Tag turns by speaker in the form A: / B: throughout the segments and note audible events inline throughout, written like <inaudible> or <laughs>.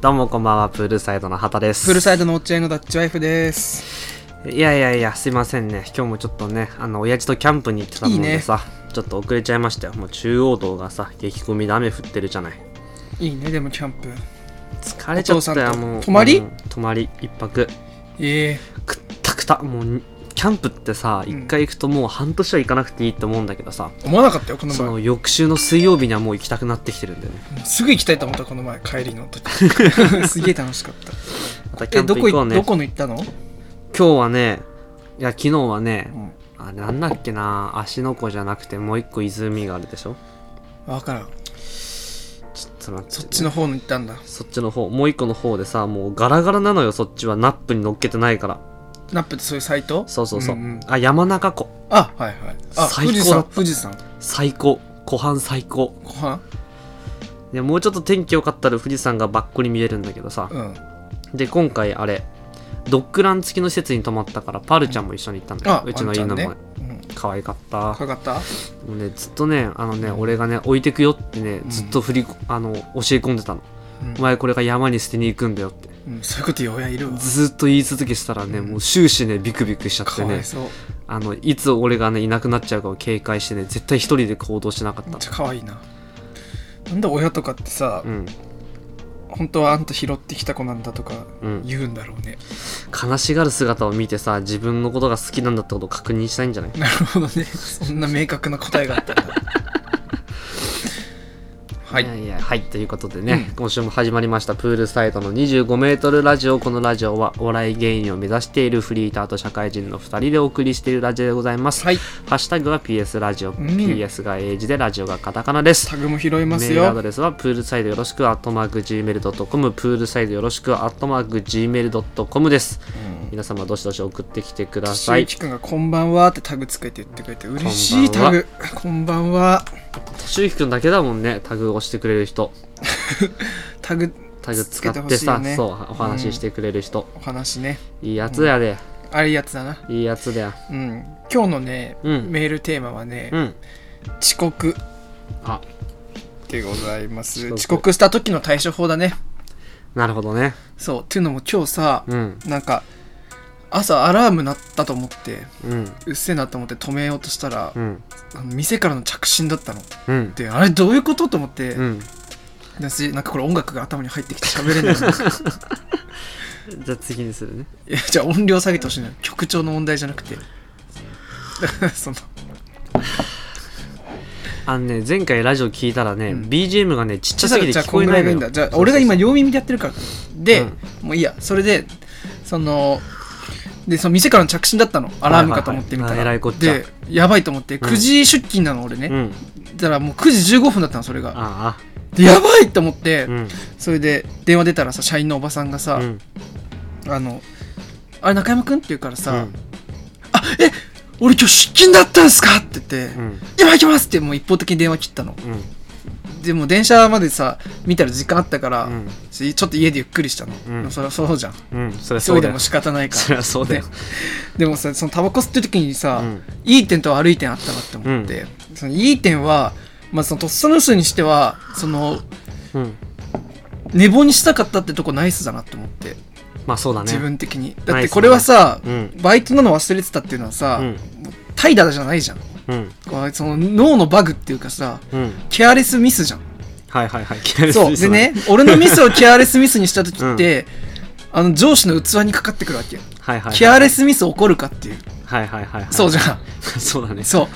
A: どうもこんばんは、プールサイドの畑です。
B: プールサイドの落合のダッチワイフです。
A: いやいやいや、すいませんね。今日もちょっとね、あの、親父とキャンプに行ってたもんでさ、ちょっと遅れちゃいましたよ。もう中央道がさ、激混みで雨降ってるじゃない。
B: いいね、でもキャンプ。
A: 疲れちゃった
B: お
A: よ、
B: 父さんと
A: もう。
B: 泊まり
A: うん泊まり、一泊。
B: ええ
A: くったくた。もうに、キャンプってさ、
B: うん
A: 一回行くともう半年は行かなくていいって思うんだけどさ、
B: 思わなかったよ、この
A: そ
B: 前。も
A: の翌週の水曜日にはもう行きたくなってきてるんだよね。
B: うすぐ行きたいと思った、この前、帰りの
A: <laughs>
B: 時。すげえ楽しかった。
A: またキャ
B: え、
A: ンプ
B: どこ
A: 行こう
B: い、
A: ね。
B: どこの行ったの、
A: 今日はね、いや、昨日はね
B: う、ん、
A: あなんだっけな、芦ノ湖じゃなくてもう一個湖があるでしょ
B: わからん。
A: ちょっと待って、
B: そっちの方の行ったんだ。
A: そっちの方もう一個の方でさもうガラガラなのよそっちはナップに乗っけてないから
B: ナップってそういうサイト
A: そうそうそう、
B: んん
A: あ山中湖
B: あ、はいはい。あ、
A: 最
B: 富士
A: 高だ
B: 山、
A: った
B: 富士山。
A: 最高湖畔最高
B: ご飯
A: でもうちょっと天気良かったら富士山がばっこり見えるんだけどさ
B: うん。
A: で今回あれドッグラン付きの施設に泊まったからパルちゃんも一緒に行ったんだよ
B: あ、、
A: うちの犬も、
B: ワンゃんね。うん。
A: 可愛かった
B: かかった
A: もうねずっとねあのね、俺がね置いてくよってねずっと振りこ、あの教え込んでたの、
B: うん
A: お前これが山に捨てに行くんだよって
B: うん、そういうこと言う親いるわ。
A: ずっと言い続けしたらね、もう終始ねビクビクしちゃっ
B: か
A: て
B: わ
A: ね
B: いそう。
A: あのいつ俺がねいなくなっちゃうかを警戒してね絶対一人で行動しなかっ
B: めったちゃ可愛いな。なんで親とかってさ、
A: うん
B: 本当はあんた拾ってきた子なんだとか
A: うん
B: 言うんだろうね。
A: 悲しがる姿を見てさ自分のことが好きなんだってことを確認したいんじゃない
B: なるほどね。そんな明確な答えがあったんだ。はいい。
A: やいやはいということでね、
B: うん
A: 今週も始まりましたプールサイドの 25m ラジオこのラジオはお笑い芸人を目指しているフリーターと社会人の2人でお送りしているラジオでございます、
B: はい。
A: ハッシュタグは PS ラジオ、
B: ん
A: PS が英字でラジオがカタカナです
B: タグも拾います
A: メールアド
B: よ。
A: レスはプールサイドよろしくアットマーク Gmail.com プールサイドよろしくアットマーク Gmail.com です、皆様どしどし送ってきてくださ
B: しゅう
A: い
B: きくんがこんばんはってタグつけて言ってくれて嬉しい
A: こんばん
B: タ
A: は
B: グ。こんばんは。
A: しゅうきくんだけだもんねタグをしてくれる人
B: タグ
A: タグ
B: つ
A: 使
B: け
A: って
B: ほ
A: て
B: しいよ
A: さ
B: ね
A: そうお話ししてくれる人、
B: お話ね。
A: いいやつやで、
B: あれやつだな。
A: いいやつだよ
B: うん。今日のね、
A: うん
B: メールテーマはね、
A: うん
B: 遅刻
A: あ
B: でございます。
A: 遅刻
B: 遅刻した時の対処法だね。
A: なるほどね
B: そう。っていうのも今日さ、
A: うん
B: なんか、朝アラーム鳴ったと思って、
A: うん
B: うっせえなと思って止めようとしたら、
A: うん
B: あの店からの着信だったの
A: うん
B: であれどういうことと思って、
A: うん
B: で私なんかこれ音楽が頭に入ってきて喋れないい
A: じゃあ次にするね
B: や <laughs> じゃあ音量下げてほしいのよ曲調の問題じゃなくて <laughs> だからその
A: あのね前回ラジオ聞いたらね、
B: うん
A: BGM がねちっちゃすぎて
B: じゃあ
A: 聞こえないの
B: こ
A: よ
B: んぐらがいいんだじゃあ俺が今両耳でやってるからで、
A: うん
B: もういいやそれでそのでその店からの着信だったのアラームかと思ってみた
A: は
B: ら、
A: いはいはいあえらいこっちゃ
B: でやばいと思って9時出勤なの俺ね、
A: うん
B: だからもう9時15分だったのそれが
A: あ
B: でやばいと思って、
A: あうん
B: それで電話出たらさ社員のおばさんがさ、
A: うん
B: あの、あれ中山くんって言うから
A: う
B: さ、
A: ん
B: あ、え、俺今日出勤だったんすかって言って、
A: うん
B: 今行きますってもう一方的に電話切ったの。
A: うん
B: でも電車までさ、見たら時間あったから、
A: うん
B: しちょっと家でゆっくりしたの。
A: うん
B: そりゃそうじゃん。
A: うんそりゃ
B: 急
A: そ
B: いうで
A: だよ
B: も仕方ないか
A: そり
B: ら。
A: ゃそうだよ
B: ねでもさ、そのタバコ吸ってる時にさ、
A: うん
B: いい点と悪い点あったなって思って、そのいい点は、まあそのとっさの数にしては、その、
A: うん
B: 寝坊にしたかったってとこナイスだなって思って、
A: まあそうだね
B: 自分的に。だ
A: ナイ
B: っ
A: スだね
B: てこれはさ、
A: うん
B: バイトなの忘れてたっていうのはさ、
A: うん
B: 怠惰じゃないじゃん
A: うん
B: こうその脳のバグっていうかさ
A: うん
B: ケアレスミスじゃん
A: はいはいはい嫌い
B: そうでね俺のミスをケアレスミスにした時って、あの上司の器にかかってくるわけ、
A: はいはい
B: ケアレスミス起こるかっていう、
A: はいはいはいはい
B: そうじゃん
A: <laughs> そうだね
B: そう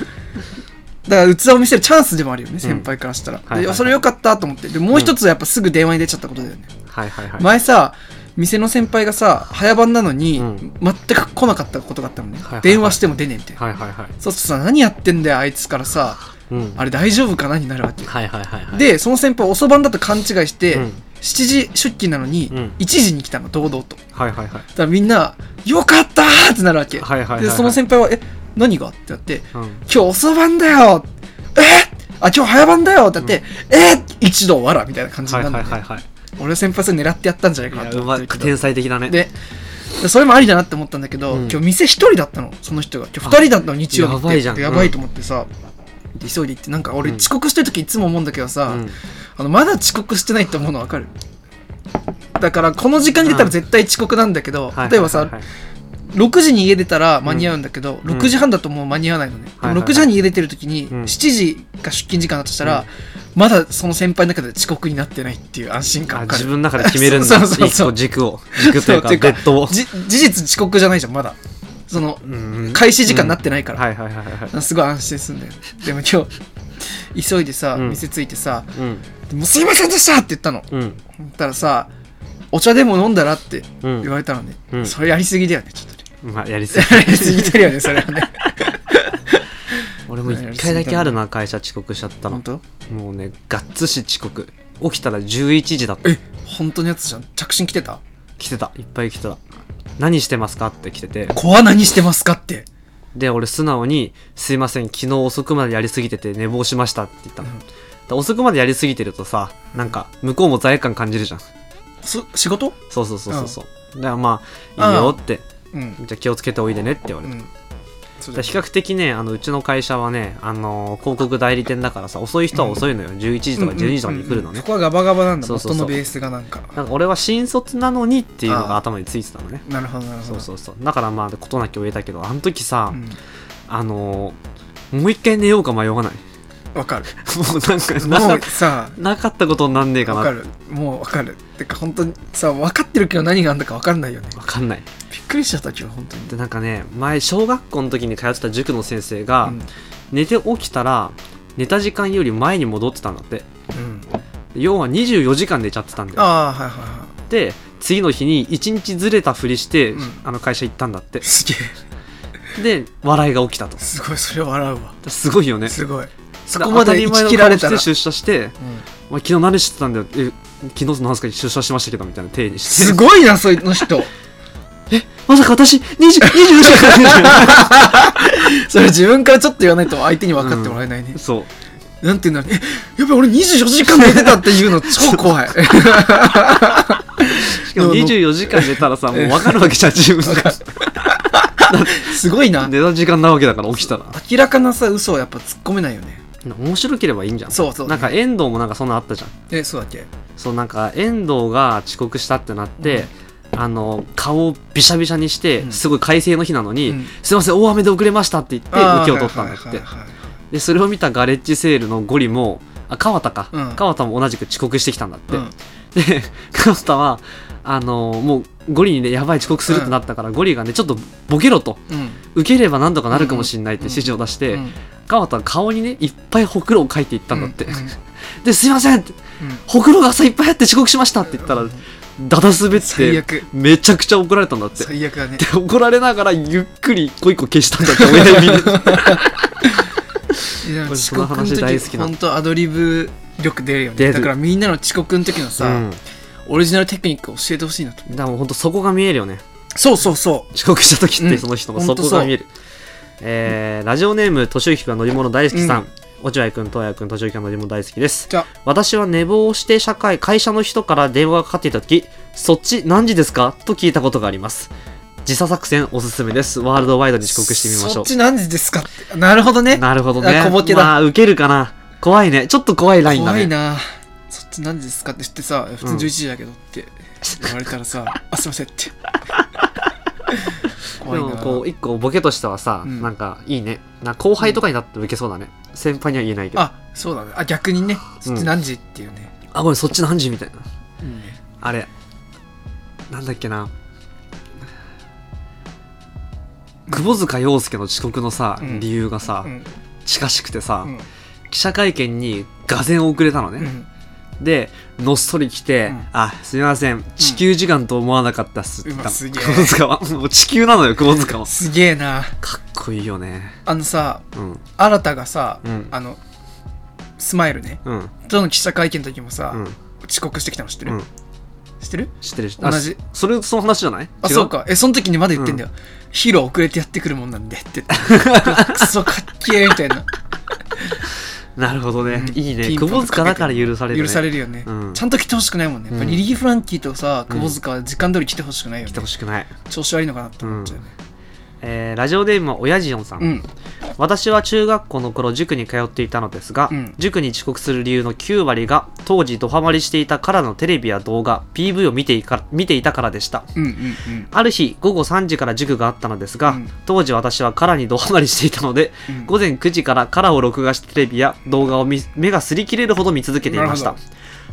B: だから器を見せるチャンスでもあるよね、先輩からしたら、
A: はいはいはい
B: でそれよかったと思ってでもう一つはやっぱすぐ電話に出ちゃったことだよね、
A: はいはいはい
B: 前さ店の先輩がさ早番なのに、
A: うん
B: 全く来なかったことがあったのね、
A: はいはいはい
B: 電話しても出ねえみたいな、
A: はいはいはい
B: そうするとさ何やってんだよあいつからさ
A: うん
B: あれ大丈夫かなになるわけ
A: はいはいはいはい
B: でその先輩遅番だと勘違いして、
A: うん
B: 7時出勤なのに、
A: うん
B: 1時に来たの堂々とだか
A: はいはいはい
B: らみんな「よかった!」ってなるわけ、
A: はいはいはいはい
B: でその先輩は「え何が?」ってなって「
A: うん
B: 今日遅番だよえあ今日早番だよ!」ってなって「え一度わら」みたいな感じ
A: は
B: に
A: い
B: なる
A: は
B: の
A: い
B: ね
A: はいはい
B: 俺は先輩それ狙ってやったんじゃない
A: い
B: かな
A: や
B: と
A: う
B: 思っ
A: ま
B: てる
A: く
B: けど
A: 天才的だね
B: ででそれもありだなって思ったんだけど、
A: うん
B: 今日店一人だったのその人が今日二人だったの日曜日って
A: やばいじゃん
B: やばいと思ってさ、で急いで行ってなんか俺
A: うん
B: 遅刻してる時いつも思うんだけどさ、
A: うん
B: あのまだ遅刻してないって思うの分かるだからこの時間に出たら絶対遅刻なんだけど、例えばさ、6時に家出たら間に合うんだけど、
A: うん
B: 6時半だともう間に合わないのね、
A: はいはい
B: でも6時半に家出てる時に、
A: うん
B: 7時が出勤時間だとしたら、まだその先輩の中で遅刻になってないっていう安心
A: あ
B: 感があ
A: 自
B: る
A: 分の中で決めるん
B: <laughs> そ
A: だ
B: うそうそう
A: 一個軸を軸というか
B: そうて
A: ベッドを、
B: じ事実遅刻じゃないじゃんまだその
A: うん
B: 開始時間になってないから、
A: はいはいはいはい
B: すごい安心すんだよでも今日急いでさ、
A: うん
B: 店着いてさ
A: うん
B: 「もうすいませんでした!」って言ったの
A: うん
B: 言ったらさ「お茶でも飲んだら?」って
A: うん
B: 言われたのね、
A: うん
B: それやりすぎだよねちょっとね
A: まあやり
B: <laughs>
A: すぎ
B: やりすぎてる
A: <laughs>
B: よねそれはね
A: 俺も一回だけあるな会社遅刻しちゃったの
B: 本当
A: もうねがっつし遅刻起きたら11時だった
B: え本当のやつじゃん着信来てた
A: 来てたいっぱい来てた何してますかって来てて
B: 子は何してますかって
A: で俺素直に「すいません昨日遅くまでやりすぎてて寝坊しました」って言ったの、
B: うん
A: だから遅くまでやりすぎてるとさなんか向こうも罪悪感感じるじゃん
B: そ仕事
A: そうそうそうそうそうだからまあいいよって
B: うん
A: じゃあ気をつけておいでねって言わ
B: う
A: れた、だ
B: んそう
A: か
B: だ
A: ら
B: よ
A: 比較的ねあのうちの会社はね、あのー広告代理店だからさ遅い人は遅いのよ、11時とか12時とかに来るのね、
B: うんうんうんそこはガバガバなんだ
A: そうそうそう
B: 元のベースがなんか
A: なんか俺は新卒なのにっていうの
B: あ
A: が
B: あ
A: 頭についてたのね
B: なるほどなるほ
A: そ
B: ど
A: うそうそうだからまあ事なきを得たけどあの時さ、
B: うん
A: あのーもう一回寝ようか迷わない <laughs>
B: わかる
A: もうなんか
B: <laughs> も
A: な
B: うさ
A: なかったことになんねえかな
B: わ
A: わ
B: か
A: か
B: るもうわかるてか本当にさ分かってるけど何があんだかわかんないよね
A: んない
B: びっくりしちゃった今日本当に
A: でなんかね前小学校の時に通ってた塾の先生が、
B: うん
A: 寝て起きたら寝た時間より前に戻ってたんだって
B: うん
A: 要は24時間寝ちゃってたんだよ
B: ああはいはいは
A: で次の日に1日ずれたふりして、
B: うん
A: あの会社行ったんだって
B: いすげ
A: で笑いが起きたと
B: えすごいそれ笑うわ
A: すごいよね
B: すごいそこまで生き切られた
A: 当たり前の顔
B: ら
A: して出社して
B: うん
A: 「お前昨日何してたんだよ」え昨日何すか出社してましたけど」みたいな体にして
B: すごいなそい
A: <laughs>
B: の人
A: まさか私20 24時間
B: それ自分からちょっと言わないと相手に分かってもらえないね、
A: <laughs> そう
B: なんていうんだろうねえやべ俺24時間寝てたってい
A: <laughs>
B: うの超怖い
A: しかも24時間寝たらさもう分かるわけじゃん自分が
B: すごいな
A: 寝た時間なわけだから起きたら
B: 明らかなさ嘘はやっぱ突っ込めないよね
A: <laughs> 面白ければいいんじゃん
B: そうそう
A: なんか遠藤もなんかそんなのあったじゃん
B: えそうだっけ
A: そうなんか遠藤が遅刻したってなって、あの顔をびしゃびしゃにして、
B: うん
A: すごい快晴の日なのに、
B: うん
A: すいません大雨で遅れましたって言って
B: あ
A: 受
B: ー
A: けを取ったんだって、
B: はいはいはいはい
A: でそれを見たガレッジセールのゴリもあ川田か、
B: うん
A: 川田も同じく遅刻してきたんだって、
B: うん
A: で川田はあのもうゴリにねやばい遅刻するってなったから、ゴリがねちょっとボケろと
B: うん
A: 受ければなんとかなるかもしれないって指示を出して、
B: うん
A: 川田は顔にねいっぱいほくろを描いていったんだって、
B: うんうん
A: ですいませんって
B: うん
A: ほくろが朝いっぱいあって遅刻しましたって言ったら、だだ滑
B: 最
A: って、
B: 悪
A: めちゃくちゃ怒られたんだって。で、
B: 最悪だね
A: 怒られながら、ゆっくり一個一個消したんだって、親指で。
B: いや
A: 俺
B: 遅
A: その
B: 刻の
A: 話大好
B: 時
A: きなの
B: 本当アドリブ力出るよ
A: 出
B: ね
A: る
B: だからみんなの遅刻の時の <laughs> さ、
A: うん。
B: オリジナルテクニックを教えてほしいなと
A: だからもうほんとそこが見えるよね。
B: そうそうそ
A: 遅刻した時っ
B: う
A: て、
B: ん
A: その人の
B: ほん
A: そ
B: とそう
A: こが見える。えー、ラジオネーム、としゆきくんは乗り物大好きさ
B: うん
A: ん。落合くん、とやくん、としゆきくんは乗り物大好きです。
B: じゃ
A: 私は寝坊をして社会、会社の人から電話がかかっていた時、そっち何時ですかと聞いたことがあります。時差作戦おすすめです。ワールドワイドに遅刻してみまし
B: そ
A: ょ
B: っ
A: う。
B: ち何時ですかってなるほどね
A: なるほどね。
B: あ小ボケだ
A: まあ、受けるかな。怖いね。ちょっと怖いラインだ
B: 怖
A: ね。
B: いなそっち何時ですかって知ってさ普通に11時だけどって言われた
A: <laughs>
B: らさ「あすいません」って怖
A: で
B: い
A: も、
B: な
A: こう、一個ボケとしてはさ、
B: うん
A: なんか、いいね。な後輩とかになっても受けそうだね。先輩には言えないけど。あ、
B: あそうだねあ逆にねそっち何時っていうね、
A: ごめん、そっち何時みたいな。
B: いいね
A: あれ。なんだっけな。窪塚洋介の遅刻のさ、
B: うん
A: 理由がさ、
B: うん
A: 近しくてさ、
B: うん
A: 記者会見に俄然遅れたのね。
B: うん
A: でのっそり来て「
B: うん
A: あすみません地球時間と思わなかったっす」って言った
B: うわす
A: の
B: げえ
A: 窪塚はもう地球なのよ窪塚は
B: すげえな
A: かっこいいよね
B: あのさ
A: うん
B: 新たがさ、
A: うん
B: あのスマイルね
A: うん
B: との記者会見の時もさ、
A: うん
B: 遅刻してきたの知って
A: う
B: る、
A: ん
B: 知ってる
A: 知ってる
B: 同じ
A: あそれその話じゃない
B: あ
A: 違
B: そうかえその時にまだ言ってんだよ、ヒーロー遅れてやってくるもんなん
A: <laughs>
B: でって言ってクソかっけえみたいな
A: なるほどね、
B: うん
A: いいね
B: ピンポン
A: 窪塚だから許される、ね、
B: 許され
A: る
B: るよね、
A: うん
B: ちゃんと来てほしくないもんねやっぱ
A: うん
B: リリー・フランキーとさ
A: うん
B: 窪塚は時間通り来てほしくないよ
A: 来
B: ね
A: てほしくない、
B: 調子悪いのかなって思っちゃうね
A: えーラジオネームは親父よんさん、
B: うん
A: 私は中学校の頃塾に通っていたのですが、
B: うん
A: 塾に遅刻する理由の9割が当時ドハマりしていたからのテレビや動画 PV を見ていか見ていたからでした
B: うんうんうん
A: ある日午後3時から塾があったのですが、
B: うん
A: 当時私はカラにドハマりしていたので、
B: うん
A: 午前9時からカラを録画したテレビや動画を見目が擦り切れるほど見続けていまし
B: な
A: た
B: る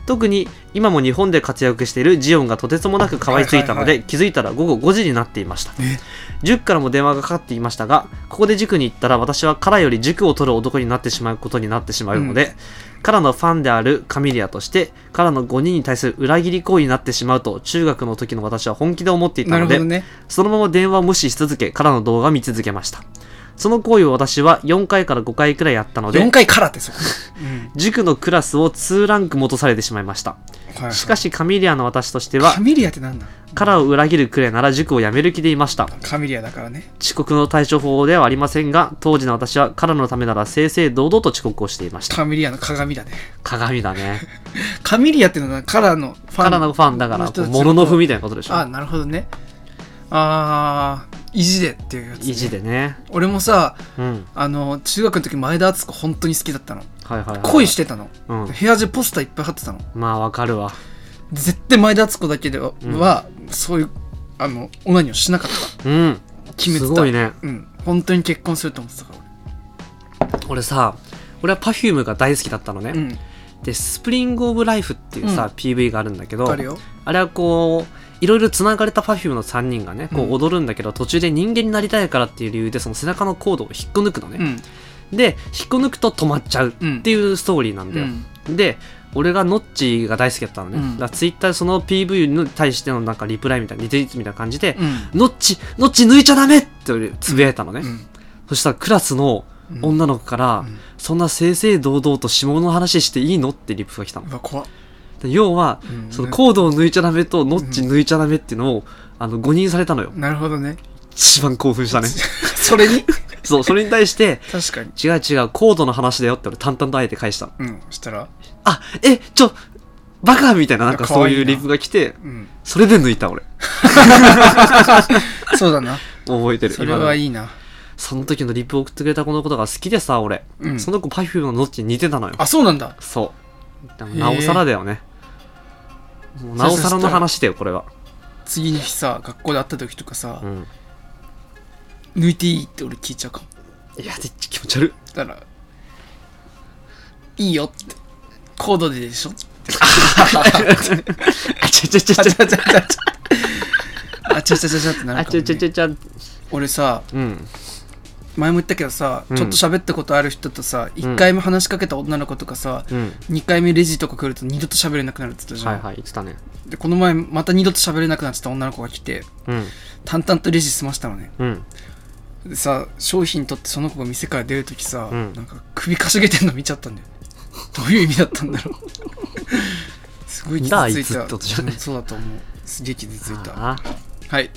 A: 特に今も日本で活躍しているジオンがとてつもなく可愛ついたので、
B: はいはい
A: 気づいたら午後5時になっていました
B: え
A: 塾からも電話がかかっていましたがここで塾に行ったら私はカラより塾を取る男になってしまうことになってしまうので、カラのファンであるカミリアとしてカラの5人に対する裏切り行為になってしまうと中学の時の私は本気で思っていた
B: なる
A: の
B: ほ
A: で、
B: どね
A: そのまま電話を無視し続けカラの動画を見続けましたその行為を私は4回から5回くらいやったの
B: 4
A: で
B: 回からってそこ、うん
A: 塾のクラスを2ランク戻されてしまいました
B: はいはい
A: しかしカミリアの私としては
B: カミリアってなんだ
A: カラを裏切るくらいなら塾を辞める気でいました
B: カミリアだからね
A: 遅刻の対処法ではありませんが当時の私はカラのためなら正々堂々と遅刻をしていました
B: カミリアの鏡だね
A: 鏡だね
B: カミリアってのはカラーのファン
A: カラのファンだから
B: この人たち
A: もののふみたいなことでしょ
B: あなるほどねあー意地でっていうやつ、
A: 意地でね
B: 俺もさ
A: うん
B: あの中学の時前田敦子本当に好きだったの
A: はいはい、はい、
B: 恋してたの、
A: うん
B: 部屋中ポスターいっぱい貼ってたの
A: まあわかるわ
B: 絶対前田敦子だけでは、はそういうあのオナニーをしなかった
A: うん
B: 決めてた
A: すごいね
B: うん本当に結婚すると思ってたから
A: 俺さ俺は Perfume が大好きだったのね、
B: 俺うん
A: で「スプリング・オブ・ライフ」っていうさ、
B: うん
A: PV があるんだけど
B: あるよ
A: あれはこういろいろつながれた Perfume の3人がねこ
B: うん
A: う踊るんだけど、途中で人間になりたいからっていう理由でその背中のコードを引っこ抜くの
B: う
A: ね、
B: ん
A: で引っこ抜くと止まっちゃう
B: うん
A: っていうストーリーなんだよ、で俺がノッチが大好きだったのね、
B: うん
A: だからツイッターでその PV に対してのなんかリプライみたいなリツイートみたいな感じで
B: う
A: 「
B: ん
A: ノッチノッチ抜いちゃダメ!」って俺つぶやいたのね、
B: うん
A: そしたらクラスの
B: うん
A: 女の子から、
B: うん
A: そんな正々堂々と下の話していいのってリプが来たの
B: うわ怖っ
A: で要は、
B: うん
A: そのコードを抜いちゃダメとノッチ抜いちゃダメっていうのを、あの誤認されたのよ
B: なるほ
A: <laughs>
B: どね
A: 一番興奮したね
B: <laughs> それに
A: そうそれに対して
B: 確かに
A: 違う違うコードの話だよって俺淡々とあえて返したの
B: うんしたら
A: あえちょバカみたいななんかそういう
B: 可愛いな
A: リプが来て
B: うん
A: それで抜いた俺
B: そうだな
A: 覚えてる
B: それは
A: <laughs>
B: い
A: 今
B: いな
A: その時のリプを送ってくれたこのことが好きでさ俺、
B: うん
A: その子 Perfume のノッチに似てたのよ
B: あそうなんだ
A: そう
B: へえ
A: なおさらだよねもうなおさらの話だよこれは、
B: 次の日さ学校で会った時とかさ
A: う、ん、
B: 抜いていいって俺聞いちゃうかも
A: いやで気持ち悪い
B: だからいいよってコードででしょ
A: あちゃちゃちゃちゃ
B: あちゃちゃちゃちゃあちゃちゃちゃちゃってな
A: あ
B: るかも、
A: ちゃちゃ
B: ね、
A: ちゃちゃ
B: 俺さ
A: うん
B: 前も言ったけどさ、
A: うん
B: ちょっと喋ったことある人とさ1回目話しかけた女の子とかさ、
A: うん
B: 2回目レジとか来ると二度と喋れなくなるって言ったじゃん、
A: はいはい言ってたね
B: でこの前また二度と喋れなくなっちゃった女の子が来て
A: うん
B: 淡々とレジ済ましたのね
A: うん
B: でさ商品取ってその子が店から出るときさ、
A: うん
B: なんか首かしげてんの見ちゃったんだよ <laughs> どういう意味だったんだろうすごい傷
A: だあい
B: つ
A: つ
B: い
A: ったてことじゃない
B: うんそうだと思うすげえ傷ついた
A: ああ
B: はい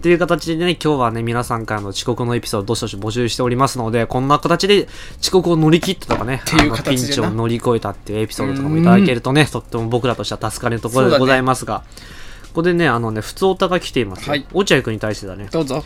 A: という形でね今日はね皆さんからの遅刻のエピソードどしどし募集しておりますのでこんな形で遅刻を乗り切ったとかね
B: ていう
A: あの
B: 形で
A: ピン
B: な
A: チを乗り越えたっていうエピソードとかもいただけるとねとっても僕らとしては助かるところ
B: そうだ
A: で
B: ね
A: ございますが、ここでねあのね普通おたが来ていますよ、
B: はい
A: 落合君に対してだね
B: どうぞ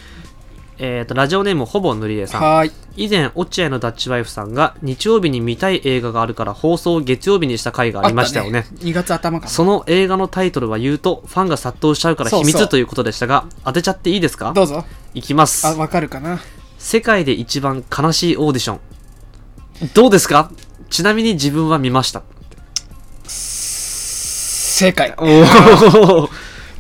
A: えっ、とラジオネームほぼ塗り絵さん
B: はーい
A: 以前落合のダッチワイフさんが日曜日に見たい映画があるから放送を月曜日にした回がありましたよね
B: 2月頭か
A: その映画のタイトルは言うとファンが殺到しちゃうから秘
B: そうそ
A: 密
B: う
A: ということでしたが当てちゃっていいです
B: な
A: か
B: どうぞ
A: いきます
B: あわかるかな
A: 世界で一番悲しいオーディションどうですかちなみに自分は見ました
B: 正解
A: お <laughs> お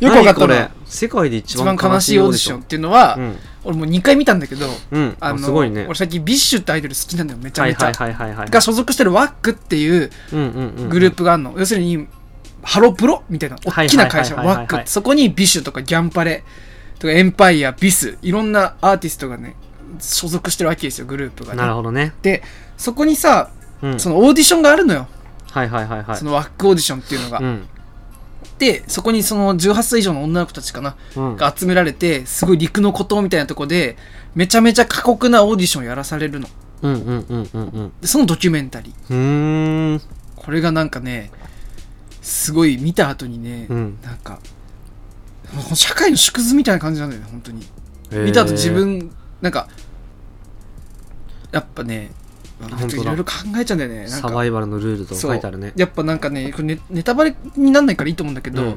B: よくわかったな
A: これ世界で一
B: 一
A: 番
B: 番
A: 悲
B: 悲
A: し
B: し
A: い
B: い
A: オー
B: オー
A: ディ
B: ディ
A: シ
B: シ
A: ョ
B: ョ
A: ン
B: ンっていうのは、
A: うん
B: 俺もう2回見たんだけど、
A: うんあ
B: の
A: すごいね
B: 俺最近ビッシュってアイドル好きなんだよめちゃ
A: はい
B: めち
A: は
B: ゃ、
A: いはいはいはい
B: が所属してるワックっていう
A: うんうんうん
B: グループがあるの、要するにハロプロみたいな
A: はい
B: 大きな会社
A: はいはいはいはい
B: ワックってそこにビッシュとかギャンパレとかエンパイアビスいろんなアーティストがね所属してるわけですよグループが、ね、
A: なるほどね
B: でそこにさ
A: うん
B: そのオーディションがあるのよ、
A: はいはいはいはい
B: そのワックオーディションっていうのが、
A: うん
B: でそこにその18歳以上の女の子たちかな、
A: うん
B: が集められてすごい陸の孤島みたいなとこでめちゃめちゃ過酷なオーディションやらされるの
A: うんうんうんうんうん
B: でそのドキュメンタリー
A: うーん
B: これがなんかねすごい見た後にね、
A: うん
B: なんか社会の縮図みたいな感じなんだよね本当に見た後自分なんかやっぱね
A: 本当だ
B: いろいろ考えちゃうんだよねなん
A: サ
B: か
A: バイバルのルールと書いてあるね
B: やっぱなんかねこれネネタバレにならないからいいと思うんだけど、
A: うん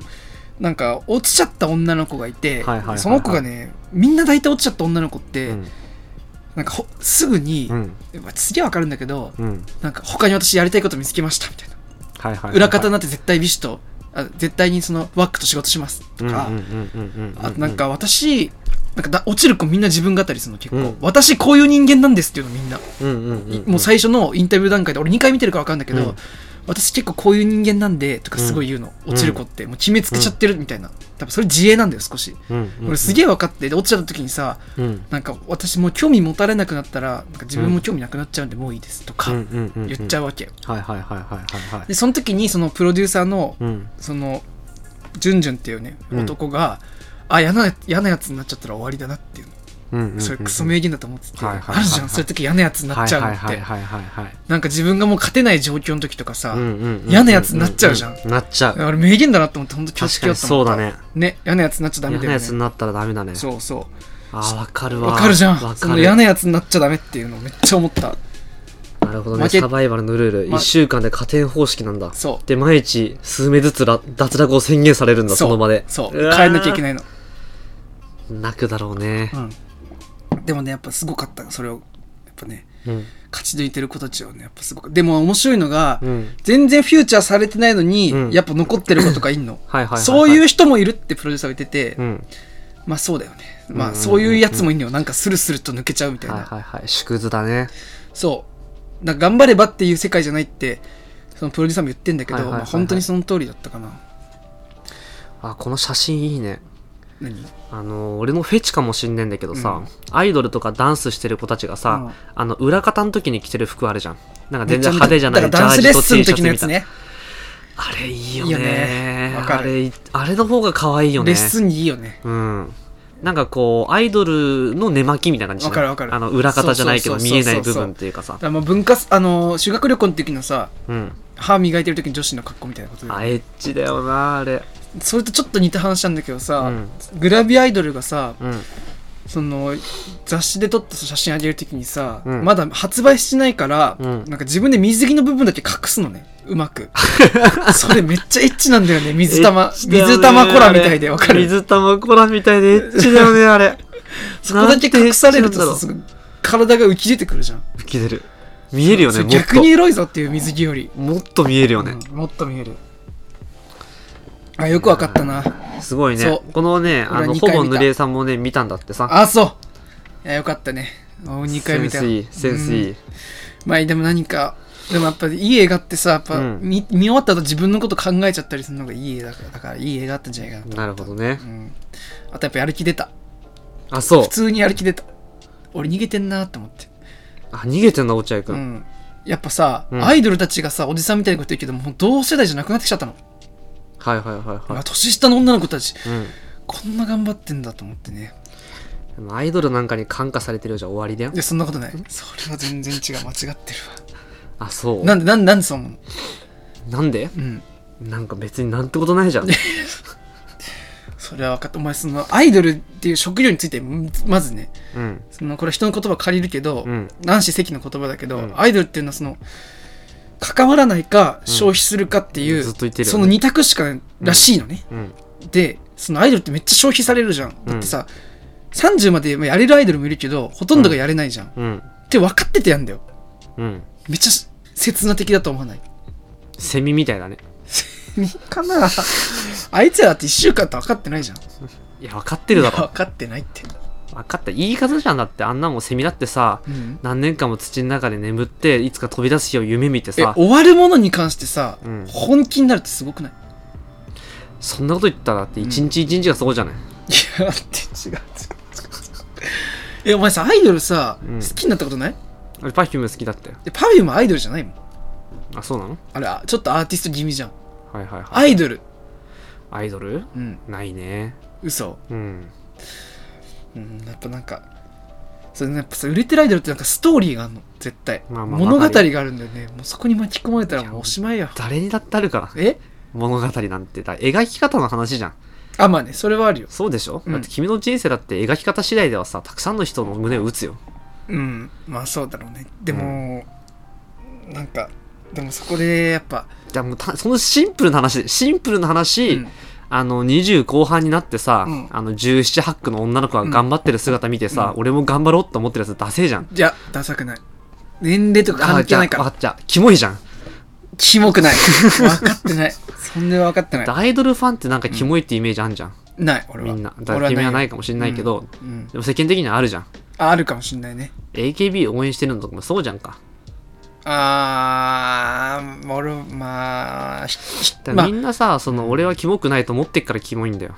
B: なんか落ちちゃった女の子がいて、
A: はいはいはいはい
B: その子がねみんな大体落ちちゃった女の子って、
A: うん
B: なんかほすぐに、
A: うん
B: まあすげえわかるんだけど
A: うん
B: なんか他に私やりたいこと見つけましたみたいな、
A: はいはいはいはい
B: 裏方になって絶対美酒とあ絶対にそのワックと仕事しますとか、
A: うんうんうんうんうんうん
B: あとなんか私なんかだ落ちる子みんな自分語りするの結構、
A: うん
B: 私こういう人間なんですっていうのみんな、
A: うんうんうんうん
B: もう最初のインタビュー段階で俺2回見てるから分かるんだけ
A: う
B: ど、
A: ん
B: 私結構こういう人間なんでとかすごい言うの、
A: ん
B: 落ちる子ってもう決めつけちゃってるみたいな多分それ自衛なんだよ少し、
A: うんうんうん
B: 俺すげえ分かってで落ちちゃった時にさ
A: うん
B: なんか私もう興味持たれなくなったらなんか自分も興味なくなっちゃうんでもういいですとか
A: うんうんうんうん
B: 言っちゃうわけよ、
A: はいはいはいはいはいはい
B: でその時にそのプロデューサーの
A: うん
B: そのジュンジュンっていうね
A: うん
B: 男が、あ嫌な嫌なやつになっちゃったら終わりだなっていうの
A: うんうんうん
B: それクソ名言だと思ってて、
A: はいはいはい
B: あるじゃんそういう時嫌なやつになっちゃうのって、
A: はいはいはいはいはい
B: なんか自分がもう勝てない状況の時とかさ、
A: うんうんうんうん
B: 嫌なやつになっちゃうじゃん
A: なっちゃう
B: あれ名言だなと思って本当気をつ
A: 確
B: け
A: か
B: よ
A: に
B: う
A: そ
B: と思っ
A: う
B: た
A: だね
B: ね嫌なやつになっちゃダメ
A: 嫌
B: だ
A: な
B: よ
A: や
B: ね
A: つになったらダメだね
B: そうそ
A: あーわか
B: う
A: るわ
B: わかるじゃん
A: わ
B: そ
A: か
B: の
A: る
B: 嫌なやつになっちゃダメっていうのめっちゃ思った
A: なるほどね
B: 負け
A: サバイバルのルール
B: ま
A: 1週間で加点方式なんだ
B: そ
A: で毎日数名ずつら脱落を宣言されるん
B: う
A: だ
B: そ
A: そ
B: う
A: の場で
B: そう変えなきゃいけ
A: ない
B: ないの、
A: 泣くだろうね
B: うん、でもねやっぱすごかったそれをやっぱね
A: うん
B: 勝ち抜いてる子たちはねやっぱすごくでも面白いのが、
A: うん
B: 全然フューチャーされてないのに、
A: うん
B: やっぱ残ってる子とかいんの
A: はいはいはい
B: そういうう人もいるってプロデューサーが言ってて、
A: うん
B: まあそうだよね
A: うんうん
B: ま
A: う
B: あ
A: ん
B: そういうやつもいんのよなんかスルスルと抜けちゃうみたいな、
A: はいはいはい縮図だね
B: そうなんか頑張ればっていう世界じゃないってそのプロデューサーも言ってんだけど、
A: はいはいはいはい
B: まあ本当にその通りだったかな
A: あこの写真いいね
B: 何
A: あの俺のフェチかもしんねんだけどさ、
B: うん
A: アイドルとかダンスしてる子たちがさ、
B: うん
A: あの裏方の時に着てる服あるじゃんなんか全然
B: めっちゃ
A: 派手じゃない
B: だからダンスレッスンの時のや
A: み
B: つ
A: たいな
B: ね
A: あれいいよ
B: いいよ
A: ね
B: ねわかる
A: あれいあれの方が可愛いよね
B: レッスンにいいよね
A: うんなんかこうアイドルの寝巻きみたいな感じじゃない
B: わかるわかる
A: あの裏方じゃないけど
B: そうそう
A: 見
B: そう
A: え
B: そう
A: ない部分っていうかさ
B: だからまあ文化すあの修学旅行の時のさ
A: うん
B: 歯磨いてる時の女子の格好みたいなことで
A: あエッチだよなあれ
B: それとちょっと似た話なんだけどさ、
A: うん
B: グラビアアイドルがさ
A: うん
B: その雑誌で撮った写真あげる時にさ、
A: うん
B: まだ発売してないから、
A: うん
B: なんか自分で水着の部分だけ隠すのねう
A: <laughs>
B: まくそれめっちゃエッチなんだよね水玉
A: エッチだよね
B: 水玉コラみたいでわか
A: あれ
B: る
A: 水玉コラみたいでエッチだよねあ
B: <laughs>
A: れ
B: そこだけ隠されると
A: なん
B: さ
A: て
B: すぐ体が浮き出てくるじゃん
A: 浮き出る見えるよ
B: そ
A: ね
B: れ
A: もっと
B: 逆にエロいぞっていう水着より、
A: もっと見えるよね、
B: うんもっと見えるあよくわかったな
A: すごいね
B: そう
A: このねあ
B: 俺
A: の
B: は二
A: ほ
B: 回
A: ぼ
B: 見た
A: ぬれさんもね見たんだってさ
B: あそういやよかったね2回見
A: セ
B: た
A: ンスいいセンスいい、
B: まあでも何かでもやっぱいい映画ってさやっぱ
A: うん
B: 見,、見終わった後自分のこと考えちゃったりするのがいい映画だからだからいい映画だったんじゃないかなと、
A: なるほどね
B: うん、あとやっぱやる気出た
A: あそう
B: 普通にやる気出た俺逃げてんなと思って、
A: あ逃げてんだ落合
B: う
A: 君、ん、
B: ん、やっぱさ、
A: うん
B: アイドルたちがさおじさんみたいなこと言うけどもう同世代じゃなくなってきちゃったの、
A: はいはいはいは
B: あ年下の女の子たち
A: い、うん
B: こんな頑張ってんだと思ってね
A: でもアイドルなんかに感化されてるじゃ終わりだよ
B: いやそんなことないそれは全然違う間違ってるわ
A: あそうな
B: な
A: ん
B: でなんでなんでそう思うの
A: んで
B: うん
A: なんか別になんてことないじゃん
B: それは分かったお前そのアイドルっていう職業についてうんまずね
A: うん
B: そのこれ人の言葉借りるけど、
A: うん
B: 男子関の言葉だけど、
A: うん
B: アイドルっていうのはその関わらないか消費するかっていう、
A: ずっと言ってるよね
B: その2択しからしいのね、
A: うん
B: でそのアイドルってめっちゃ消費されるじゃん
A: ん
B: だってさ、30までまあやれるアイドルもいるけどほとんどがやれないじゃん、っ
A: うん
B: て分かっててやんだよ
A: うん
B: めっちゃ刹那的だと思わない
A: セミみたいだね
B: 3
A: <laughs>
B: 日なあいつらだって1週間って分かってないじゃん
A: いや分かってるだろ
B: 分かってないって、
A: 分かった言い方じゃんだってあんなもんセミだってさ
B: うん
A: 何年間も土の中で眠っていつか飛び出す日を夢見て
B: え
A: さ
B: 終わるものに関してさ、
A: うん
B: 本気になるってすごくない
A: そんなこと言ったらだって一日一日がそうじゃない、
B: いやだって違う違う違うえお前さアイドルさ、
A: うん
B: 好きになったことない
A: 俺パフューム好きだったよ
B: でパフュームアイドルじゃないもん
A: あそうなの
B: あれあちょっとアーティスト気味じゃん
A: はいはいはい
B: アイドル
A: アイドル
B: うん
A: ないね
B: 嘘
A: うん
B: うんやっぱなんかそれねやっぱさ売れてるアイドルってなんかストーリーがあるの絶対、
A: まあまあ
B: 物語
A: わかる
B: があるんだよねもうそこに巻き込まれたらもうおしまいや
A: 誰にだってあるから
B: え
A: 物語なんてだ描き方の話じゃん
B: あまあねそれはあるよ
A: そうでしょ、
B: うん
A: だって君の人生だって描き方次第ではさたくさんの人の胸を打つよ
B: うんまあそうだろうねでも、なんかでもそこでやっぱ、
A: じゃあもうたそのシンプルな話シンプルな話、
B: うん
A: あの20後半になってさ、
B: うん
A: あの1718区の女の子が頑張ってる姿見てさ、俺も頑張ろうって思ってるやつダセえじゃん
B: じゃダサくない年齢とか関係ないか
A: あ
B: ら
A: じゃあわかっちゃうキモいじゃん
B: キモ
A: <laughs>
B: くない分かってないそんで分かってない
A: アイドルファンってなんかキモいってイメージあんじゃん、
B: ない俺
A: み
B: は
A: んなだから君はないいかもしれないけど、
B: よ、うん、
A: でも世間的にはあるじゃん
B: ああるかもしんないね
A: AKB 応援してるのとかもそうじゃんか
B: あー俺まあひひ
A: だか
B: ま
A: ら
B: あ
A: みんなさ、その俺はキモくないと思ってっからキモいんだよ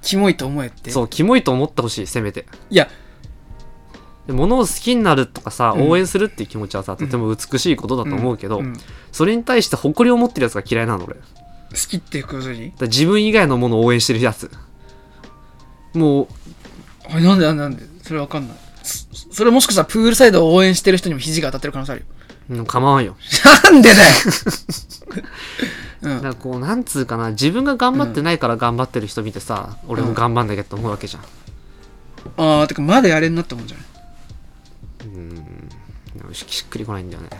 B: キモいと思えって
A: そうキモいと思ってほしいせめて
B: いや
A: で物を好きになるとかさ
B: うん
A: 応援するっていう気持ちはさ、とても美しいことだと思うけど、
B: んん好
A: それに対して誇りを持ってるやつが嫌いなの俺だか
B: きっていうことに
A: ら自分以外のものを応援してるやつもう
B: あれなんでなんでなんでそれわかんないそそれもしかしたらプールサイドを応援してる人にも肘が当たってる可能性あるよ <laughs>
A: うん構わんよ
B: な
A: <laughs>
B: んでだよう
A: だ
B: ん
A: からこうなんつうかな自分が頑張ってないから頑張ってる人見てさ、俺も頑張んなきゃと思うわけじゃん、
B: ああてかまだやれんなって思うんじゃない
A: うん、ししっくりこないんだよね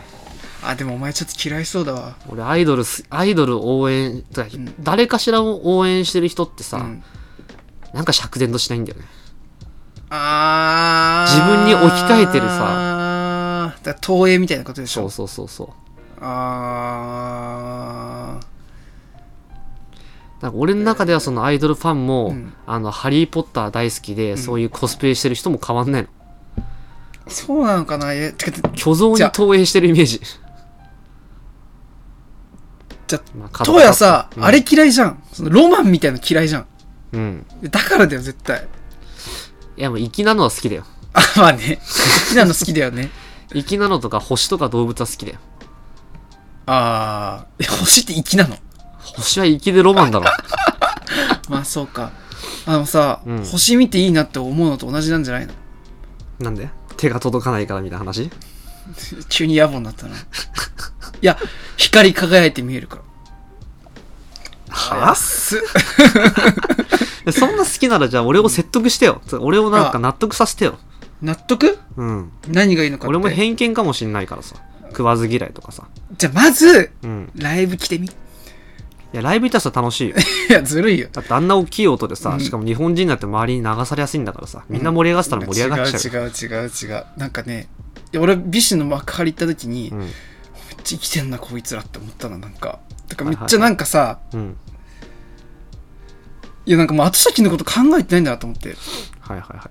B: あでもお前ちょっと嫌いそうだわ
A: 俺アイドルすアイドル応援てか
B: ん
A: 誰かしらを応援してる人ってさ、
B: うん
A: なんか釈然としないんだよね
B: あー
A: 自分に置き換えてる
B: さだから投影みたいなことでし
A: そ
B: ょ
A: うそうそうそう
B: あ
A: だから俺の中ではそのアイドルファンも「
B: うん
A: あのハリー・ポッター」大好きで、そういうコスプレしてる人も変わんないの
B: ーそうなのかないやてか
A: 虚像
B: じゃ
A: に投影してるイメージ <laughs>
B: じゃ
A: まあ角
B: トウヤさ、
A: うん
B: あれ嫌いじゃんそのロマンみたいなの嫌いじゃん
A: うん
B: だからだよ絶対
A: いやもう粋なのは好きだよ
B: あまあね好きなの好きだよね <laughs>
A: 粋なのとか星とか動物は好きだよ
B: ああ星って粋なの
A: 星は粋でロマンだろ
B: まあそうかあのさ、
A: うん
B: 星見ていいなって思うのと同じなんじ <laughs> ゃないの <laughs>
A: なんで手が届かないからみたいな話
B: 急に野暮になったないや光り輝いて見えるから
A: は
B: 安っ
A: あそんな好きならじゃあ俺を説得してよ俺をなんか納得させてよ
B: 納得
A: うん
B: 何がいいのかって
A: 俺も偏見かもしんないからさ食わず嫌いとかさ
B: じゃあまず
A: うん
B: ライブ来てみ <laughs> い
A: いやライブ行ったらさ楽しいよ
B: やずるいよ
A: だってあんな大きい音でさ、
B: うん
A: しかも日本人だって周りに流されやすいんだからさみんな盛り上がってたら盛り上がっちゃうよ、
B: 違う違う違う違うなんかねいや俺ビシュの幕張行った時に、
A: う
B: めっ
A: ん
B: ちゃ生きてんなこいつらって思ったのなんかだか
A: は
B: らめ
A: い
B: っ
A: はい
B: ちゃなんかさ、い
A: うん、
B: やなんかもう後先のこと考えてないんだなと思って
A: はいはいは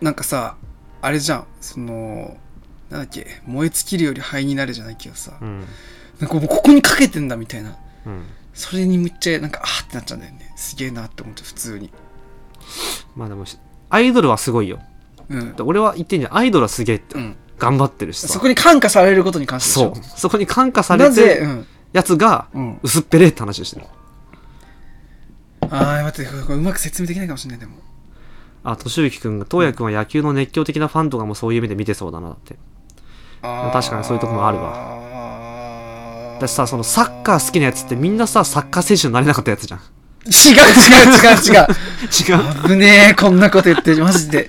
A: い
B: なんかさあれじゃんそのなんだっけ燃え尽きるより灰になるじゃないけどさ、
A: うん
B: なんかもうここにかけてんだみたいな
A: うん
B: それにめっちゃなんかあーってなっちゃうんだよねすげえなって思って普通に
A: まあでもしアイドルはすごいよ
B: うん
A: で、俺は言ってんじゃんアイドルはすげえって、
B: うん、
A: 頑張ってるしさ
B: そこに感化されることに関してでし
A: そ
B: ょ
A: うそこに感化さ
B: な
A: れて
B: ぜ、う
A: る
B: ん、
A: やつが
B: うん
A: 薄っぺれえって話をしてる
B: ああ待ってこれこれうまく説明できないかもしれないでも
A: あ俊之君が東也君は野球の熱狂的なファンとかもそういう目で見てそうだなだって
B: あー
A: 確かにそういうとこもある
B: わ
A: だしさそのサッカー好きなやつってみんなさサッカー選手になれなかったやつじゃ
B: <laughs>
A: ん
B: 違う違う
A: 違う
B: 違う違う危ねえこんなこと言ってマジで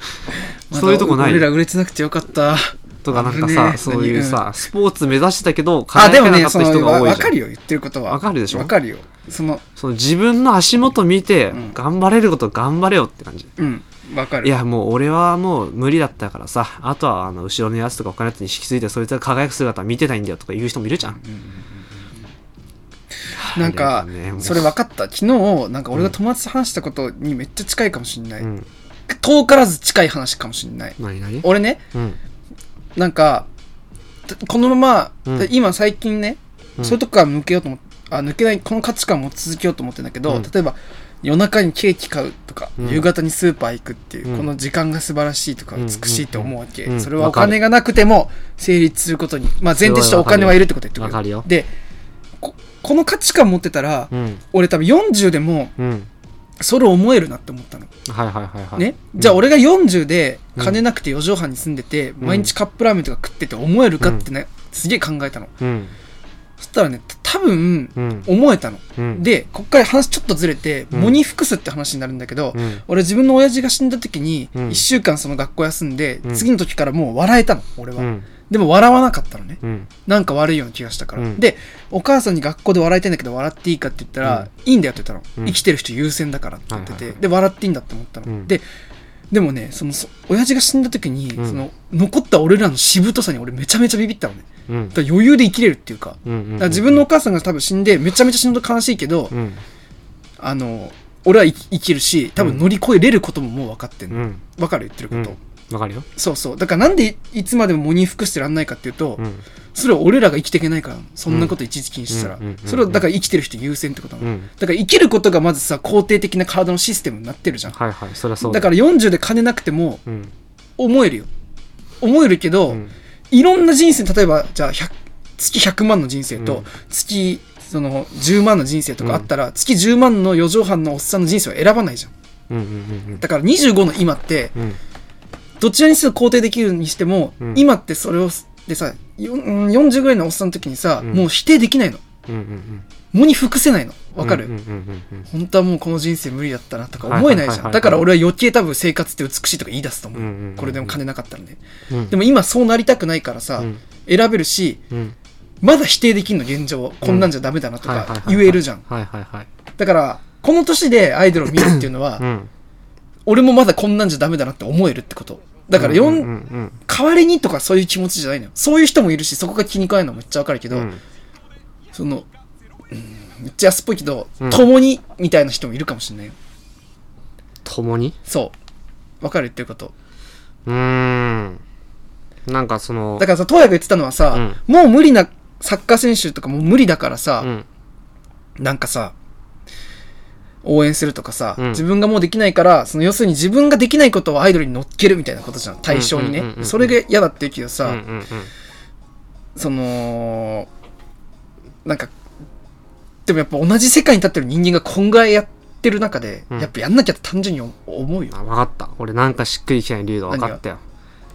A: そういうとこない
B: まだ俺ら売れてなくてよかった
A: とかなんか
B: 危ね
A: さ
B: え
A: そういう
B: 何
A: さスポーツ目指してたけど
B: あで
A: 輝
B: も
A: かな
B: ね
A: かっ
B: そ
A: た
B: の
A: 人が
B: わ
A: 多い
B: わ
A: じゃ
B: か
A: ん
B: るよ言ってることは
A: わかるでしょ
B: わかるよその
A: その自分の足元見て
B: ん
A: 頑張れること頑張れよって感じ
B: うんわかる
A: いやもう俺はもう無理だったからさあとはあの後ろのやつとか他のやつに引き継いでそいつが輝く姿は見てないんだよとか言う人もいるじゃん
B: なんか、
A: ねもう
B: それ分かった昨日なんか俺が友達と話したことにめっちゃ近いかもしんない、
A: うん
B: 遠からず近い話かもしんない
A: 何何
B: 俺ね
A: うん
B: なんかたこのまま、
A: うん
B: 今最近ね、
A: うん
B: そういうとこから抜けようと思ってあ抜けないこの価値観も続けようと思ってんだけど、
A: うん
B: 例えば夜中にケーキ買うとか、
A: うん
B: 夕方にスーパー行くっていう、
A: うん
B: この時間が素晴らしいとか
A: うん
B: 美しいと思うわけ、
A: うん
B: それはお
A: わかる
B: 金がなくても成立することに、まあ、前提としてお金はいるってこと言ってく
A: わかるよ
B: でここの価値観持ってたら、
A: うん
B: 俺多分40でも
A: うん
B: それ思えるなって思ったの、
A: はいはいはいはい
B: ね、じゃあ
A: うん
B: 俺が40で金なくて四畳半に住んでて、
A: ん
B: 毎日カップラーメンとか食ってて思えるかってね、すげえ考えたの
A: うん
B: そしたらねた多分、
A: うん
B: 思えたの。
A: うん
B: で、こっから話ちょっとずれて、
A: うん
B: 喪に服すって話になるんだけど、
A: うん
B: 俺自分の親父が死んだ時に、
A: うん
B: 1週間その学校休んで、
A: うん
B: 次の時からもう笑えたの、俺は。
A: うん
B: でも笑わなかったのね。
A: うん
B: なんか悪いような気がしたから。
A: うん
B: で、お母さんに学校で笑いたいんだけど笑っていいかって言ったら、いいんだよって言ったの、
A: うん
B: 生きてる人優先だからって言ってて、
A: はいはいはい
B: で、笑っていいんだって思ったの。
A: うん
B: で、でもね、その、そ親父が死んだ時に、
A: うん
B: その、残った俺らのしぶとさに俺めちゃめちゃビビったのね。
A: うん
B: だから余裕で生きれるっていうか、
A: うんうん
B: だから自分のお母さんが多分死んで、めちゃめちゃ死ぬと悲しいけど、
A: うん
B: あの、俺は生き生きるし、多分乗り越えれることももう分かってん
A: う
B: の。
A: ん
B: 分かる言ってる
A: う
B: こ
A: ん
B: と。
A: わかるよ
B: そうそう。だからなんでいつまでも喪に服してらんないかっていうと、
A: うん
B: それは俺らが生きていけないからそんなこといちいち気にしたら、
A: うんうんうん
B: それはだから生きてる人優先ってことな
A: う
B: の、
A: ん
B: だから生きることがまずさ肯定的な体のシステムになってるじゃん
A: はいはいそりゃそう
B: だから40で金なくても
A: らうん
B: 思えるよ思えるけど、
A: うん
B: いろんな人生例えばじゃあ100月100万の人生と、
A: うん
B: 月その10万の人生とかあったら、月10万の4畳半のおっさんの人生は選ばないじゃん
A: うんうん
B: だから25の今って
A: うんうん
B: どちらにせよ肯定できるにしても、
A: うん
B: 今ってそれをでさよん40ぐらいのおっさんの時にさ、
A: うん
B: もう否定できないの
A: うんうんうん
B: 無に服せないのわかる、
A: うんうんうんうん
B: 本当はもうこの人生無理だったなとか思えな
A: はいは
B: い
A: い
B: じ
A: はい
B: ゃ
A: は
B: ん
A: い
B: だから俺は余計多分生活って美しいとか言い出すと思う,、
A: うんうんうんうん
B: これでも金なかったらね
A: うん
B: でも今そうなりたくないからさ、
A: うん
B: 選べるし
A: うん
B: まだ否定できんの現状こんなんじゃダメだなと
A: はいはい
B: か
A: はい
B: 言えるじゃん
A: はいはいはい
B: だからこの年でアイドルを見るっていうのは、
A: うん
B: 俺もまだこんなんじゃダメだなって思えるってことだからよん
A: うんうん
B: 代わりにとかそういう気持ちじゃないのよそういう人もいるしそこが気に食わないのもめっちゃわかるけ
A: う
B: ど、
A: んうん
B: その、うん、めっちゃ安っぽいけど、
A: うん
B: 共にみたいな人もいるかもしれないよ
A: 共に
B: そうわかる言ってること
A: うーんなんかその
B: だからさ、東也が言ってたのはさ、
A: う
B: もう無理な、サッカー選手とかもう無理だからさ、
A: うん
B: なんかさ、応援するとかさ、
A: うん
B: 自分がもうできないから、その要するに自分ができないことをアイドルに乗っけるみたいなことじゃん、対象に
A: うんうんうんうんう
B: ね。
A: ん
B: それが嫌だって言うけど
A: う
B: さ、
A: んうん
B: その、なんか、でもやっぱ同じ世界に立ってる人間がこんぐらいやってる中で、
A: うん
B: やっぱやんなきゃって単純に思思うよ。
A: あ分かった俺なんかしっくりきてない理由が分かったよだか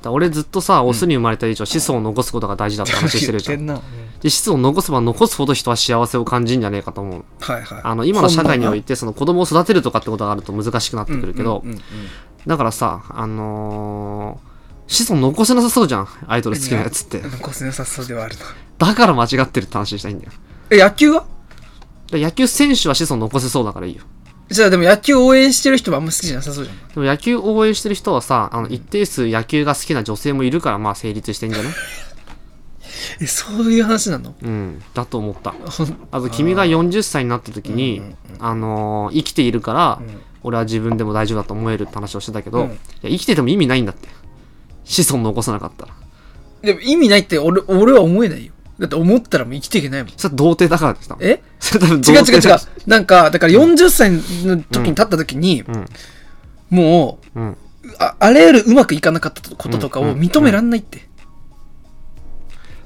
A: ら俺ずっとさオスに生まれた以上子孫を残すことが大事だって話してるじゃん
B: 言ってな
A: で子孫を残せば残すほど人は幸せを感じんじゃねえかと思う
B: はいはい。
A: あの今の社会においてその子供を育てるとかってことがあると難しくなって
B: そん
A: く
B: な
A: るけど、
B: うんうんうん
A: だからさあのー子孫残せなさそうじゃんアイドル好きなやつって
B: うん残せなさそうではあるな。
A: だから間違ってるって話したいんだよ
B: え、野球は
A: で野球選手は子孫残せそうだからいいよ
B: じゃあでも野球応援してる人はあんま好きじゃなさそうじゃん。
A: でも野球応援してる人はさあの一定数野球が好きな女性もいるからまあ成立してんじゃない
B: え、そういう話なの
A: うんだと思った
B: ほん
A: あと君が40歳になった時にあ、のー生きているから、
B: ん
A: 俺は自分でも大丈夫だと思えるって話をしてたけど、
B: うん
A: いや生きてても意味ないんだって子孫残さなかったら
B: でも意味ないって俺俺は思えないよ。だって思ったらもう生きていけないもん。
A: それは童貞だからでした
B: え
A: それ多分
B: 違う
A: 童
B: 違う
A: 貞
B: 違
A: だ
B: う。なんか、だから40歳の時に立った時に、もう
A: うんうん
B: あ、あらゆるうまくいかなかったこととか
A: うん
B: を
A: うん
B: 認めらんないって。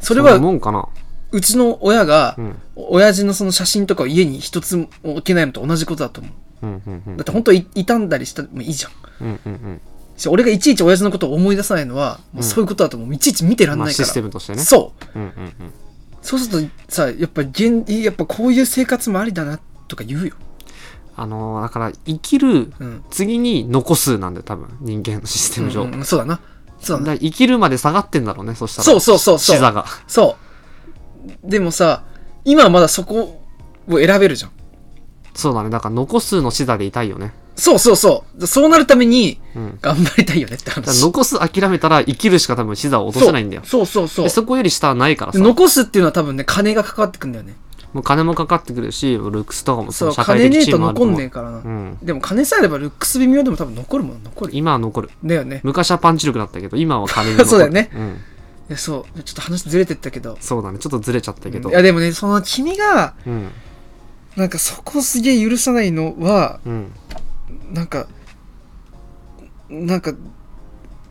B: そ
A: そ
B: れ
A: んな
B: は、
A: もんかな
B: うちの親が、
A: うん
B: 親父のその写真とかを家に一つも置けないのと同じことだと思う。
A: うんうんうん
B: だって本当に傷んだりしたらもういいじゃん。
A: うんうん
B: し俺がいちいち親父のことを思い出さないのは、もうそういうことだと思う。いちいち見て
A: う
B: ら
A: ん
B: ん
A: ま
B: な
A: あ
B: いか
A: シ
B: ら。
A: ステムとしてね
B: そ
A: う
B: う。
A: んうんうん
B: そうするとさ、やっぱ現、やっぱこういう生活もありだなとか言うよ。
A: あのーだから生きる
B: うん。
A: 次に残すなんで多分人間のシステム上、
B: うんうんそうだな。そ
A: だ
B: う
A: か
B: だな。
A: ら生きるまで下がってんだろうねそしたら
B: そうそうそうそう
A: 視座が
B: そう。でもさ、今はまだそこを選べるじゃん。
A: そうだねだから残すの視座でいたいよね
B: そうそうそう。そうなるために
A: うん
B: 頑張りたいよねって
A: だから
B: 話。
A: 残す諦めたら生きるしか多分視座を落とせないんだよ
B: そうそうそう
A: で
B: そ
A: そ
B: う。
A: こより下はないから
B: で
A: さ
B: 残すっていうのは多分ね、金がかかってくんだよね。
A: もう金もかかってくるしルックスとかもそ
B: そ
A: の
B: う、
A: 社会
B: 金ね
A: 的
B: え
A: 地位
B: と
A: もあると
B: 残ん
A: 思
B: ねえ
A: う
B: からな
A: う。ん
B: でも金さえあればルックス微妙でも多分残るもん残るよ。
A: 今は残る
B: だよね。
A: 昔はパンチ力だったけど今は金に残る
B: <laughs> そうだよね
A: ん
B: いやそう、ちょっと話ずれてったけど。
A: そうだねちょっとずれちゃったけど
B: いやでもね、その君が、
A: うん
B: なんかそこすげえ許さないのは、
A: うん
B: なんか、なんか、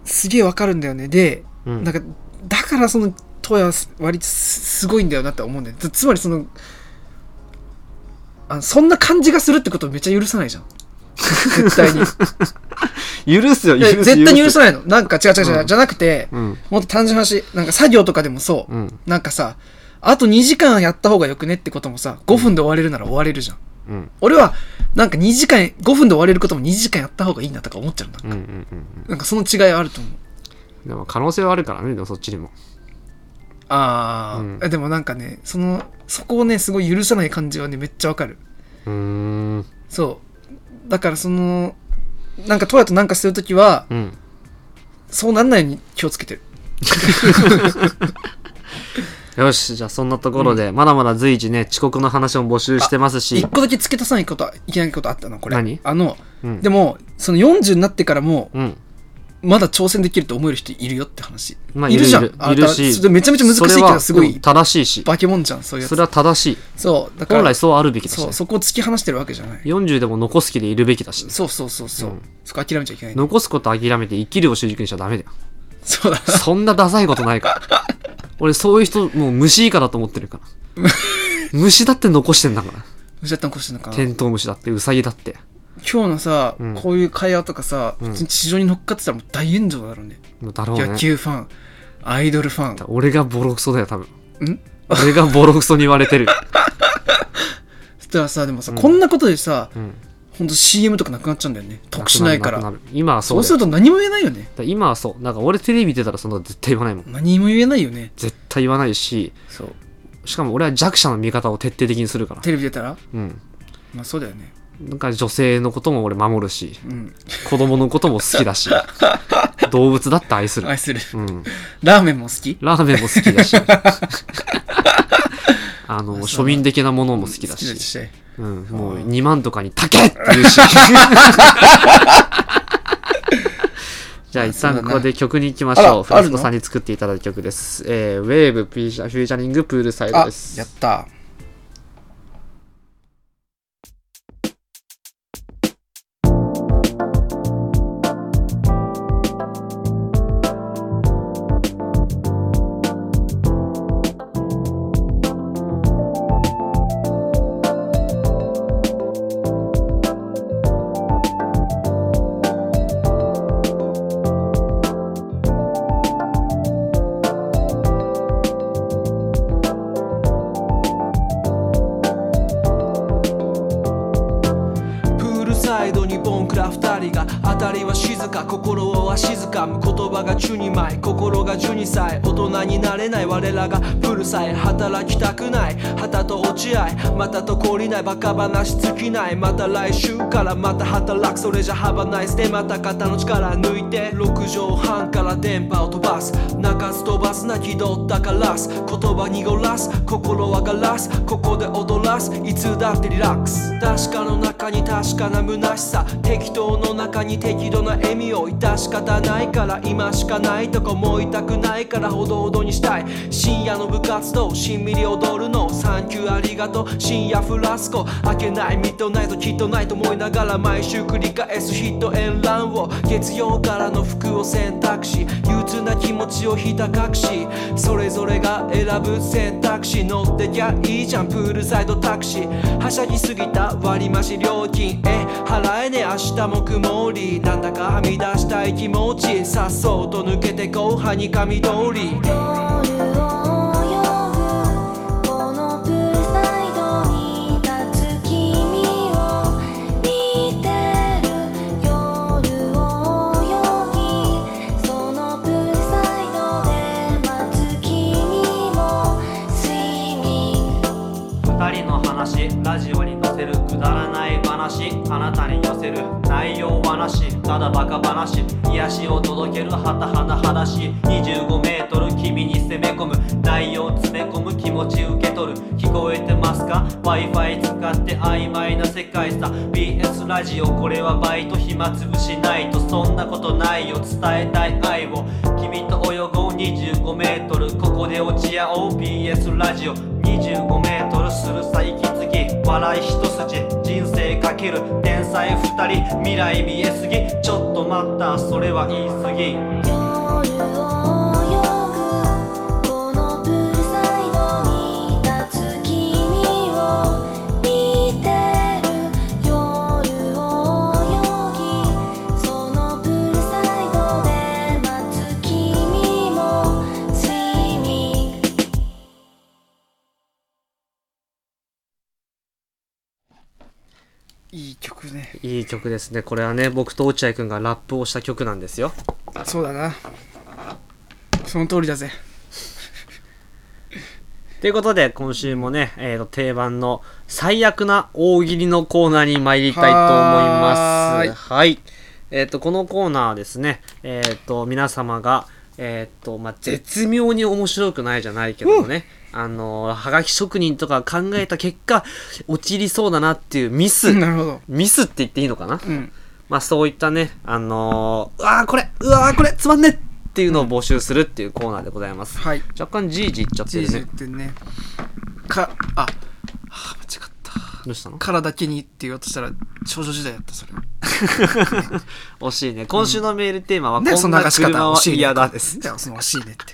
B: すげえわかるんだよね。で、
A: うん
B: なんか、だからその、トヤは割とすすごいんだよなって思うんだよ。つつまりその、あそんな感じがするってことをめっちゃ許さないじゃん。絶対
A: <laughs>
B: に。
A: 許すよ
B: いや
A: 許す
B: 絶対に許
A: ない
B: さないの。なんか違う違う違う、
A: うん
B: じゃなくて、
A: うん
B: もっと単純な話、なんか作業とかでもそう。
A: うん
B: なんかさ、あと2時間やった方がよくねってこともさ、5分で終われるなら終われるじゃん。
A: うん
B: 俺は、なんか2時間、5分で終われることも2時間やった方がいいなとか思っちゃうんだ。
A: うんうんうんうん
B: なんかその違いはあると思う。
A: でも可能性はあるからねでもそっちにも
B: あ
A: うん
B: あ、えでもなんかね、その、そこをね、すごい許さない感じはね、めっちゃわかる。
A: うーん
B: そう。だからその、なんかトヤとなんかするときは、
A: うん
B: そうなんないように気をつけてる。
A: よしじゃあそんなところで、まだまだ随時ね遅刻の話も募集してますし
B: 一個だけ付け足さないこと、いけないことあったの、これ。
A: 何
B: あの、
A: うん
B: でも、その40になってからも、
A: うん
B: まだ挑戦できると思える人いるよって話。
A: まあ
B: いるじゃ
A: い
B: ん。
A: る
B: あ
A: いる
B: だ
A: し
B: それめちゃめちゃ難しいけ
A: それは
B: ど、すご
A: うん
B: い、
A: 正しいし
B: 化け物じゃん、そういうや
A: そ
B: つ。
A: れは正しい
B: そう、だから、
A: 本来そうあるべきだしね、
B: そう、そこを突き放してるわけじゃない。
A: 40でも残す気でいるべきだしね、
B: そうそうそうそう。
A: うん
B: そこ諦めちゃいけない。
A: 残すこと諦めて生きるを主軸にしちゃダメだよ
B: そうだ。
A: そんなダサいことないから俺そういう人もう虫以下だと思ってるから虫だって残してんだから
B: むしゃったんこしてんのかな。
A: テントウムシだってウサギだって
B: 今日のさ、
A: うん
B: こういう会話とかさ、
A: うん
B: 地上に乗っかってたらもう大炎上だろうね。
A: もうだろうね
B: 野球ファン、アイドルファ
A: 俺がボロクソだよ多分
B: ン。ん
A: 俺がボロクソに言われ
B: <laughs>
A: てる、
B: そしたらさ、でもさ、
A: うん
B: こんなことでさ、
A: うん、
B: ほんと CM とかなくなっちゃうんだよね。得しないから。
A: くなるくなる今はそ
B: そうう
A: だ
B: す
A: よ
B: ると何も言えないよね。
A: だから今はそうなんか俺テレビ出たらそんなの絶対言わないもん
B: 何も言えないよね。
A: 絶対言わないし
B: そう。
A: しかも俺は弱者の見方を徹底的にす
B: <laughs>
A: るから
B: テレビ出たら
A: うん
B: まあそうだよね。
A: なんか女性のことも俺守るし
B: うん。
A: 子供のことも好きだ
B: <laughs>
A: し動物だって愛する、
B: 愛する。
A: うん、
B: ラーメンも好き
A: ラーメンも好きだ
B: <laughs>
A: しあ
B: あ
A: の
B: そ
A: 庶
B: うだ
A: 民的なものも好きだ
B: 好きだ
A: し、
B: し。
A: うん、もう2万とかに「たけ!」って言う
B: <laughs>
A: しじゃあ一
B: あそうだ
A: 旦
B: な
A: ここで曲に行きましょう
B: あら
A: フラス
B: ある
A: コ
B: の
A: さんに作っていただいた曲です、えー、ウェーブフュージャリングプールサイド
B: あ
A: で、す
B: やった。
C: プールサイドにボンクラ二人が当たりは静か心は静かむ言葉が12枚心が12歳大人になれない我らがプールさえ働きたくない旗と落ち合いまたと懲りないバカ話尽きないまた来週からまた働くそれじゃハバナイスでまた肩の力抜いて6畳半から電波を飛ばす泣かず飛ばすな気取ったガラス言葉濁らす心はガラスここで踊らすいつだってリラックス確かの中に確かな虚しさ適当の中に適度な笑みを致し方ないから今しかないとか思いたくないからほどほどにしたい深夜の部活動しんみり踊るのサンキューありがとう深夜フラスコ開けないミッドナイトきっとないと思いながら毎週繰り返すヒットエンランを月曜からの服を選択し憂鬱な気持ちをひた隠しそれぞれが選ぶ選択肢乗ってきゃいいじゃんプールサイドタクシーはしゃぎすぎた割増料金え払えね明日も曇りなんだかはみ出したい気持ちさっそうと抜けて後半に神通り
D: 「夜を泳ぐこのプールサイドに立つ君を見てる」「夜を泳ぎそのプールサイドで待つ君をスイミング」
E: 二人の話ラジオに載せるくだらない話あなたに寄せる内容話ただバカ話癒しを届けるはたはたはだし25メートル君に攻め込む内容詰め込む気持ち受け取る聞こえてますか Wi-Fi 使って曖昧な世界さ BS ラジオこれはバイト暇つぶしないとそんなことないよ伝えたい愛を君と泳ごう25メートルここで落ち合おう BS ラジオ25メートルするさ息継ぎ笑い一筋人生かける天才二人未来見えすぎちょっと待ったそれは言い過ぎ
D: 「夜を泳ぐこのプールサイドに立つ君を見てる」「夜を泳ぎそのプールサイドで待つ君もスイミング」
B: いい曲ね
A: いい曲ですねこれはね僕と落合君がラップをした曲なんですよ
B: そうだなその通りだ
A: <laughs>
B: ぜ
A: ということで今週もね、えーと定番の最悪な大喜利のコーナーに参りたいと思います
B: はーい
A: はいえっ、とこのコーナーはですねえっ、と皆様がえっ、とまあ絶妙に面白くないじゃないけどもねあのはがき職人とか考えた結果陥りそうだなっていうミス、
B: なるほど
A: ミスって言っていいのかな
B: うん
A: まあそういったね、あのーうわーこれ、うわーこれ、つまんねっていうのを募集するっていうコーナーでございます。
B: はい
A: 若干じいじいっちゃって
B: ジー
A: る
B: ズっ
A: ね。
B: てねかあはあ間違った
A: どうしたの
B: からだけにって言おうとしたら少女時代だったそれ
A: 惜しいね。今週のメールテーマは、
B: ね
A: こ
B: そ
A: ん
B: んな
A: な
B: 流し方
A: 車
B: 惜
A: は
B: しいね
A: 嫌だです。
B: じゃあその惜しいねって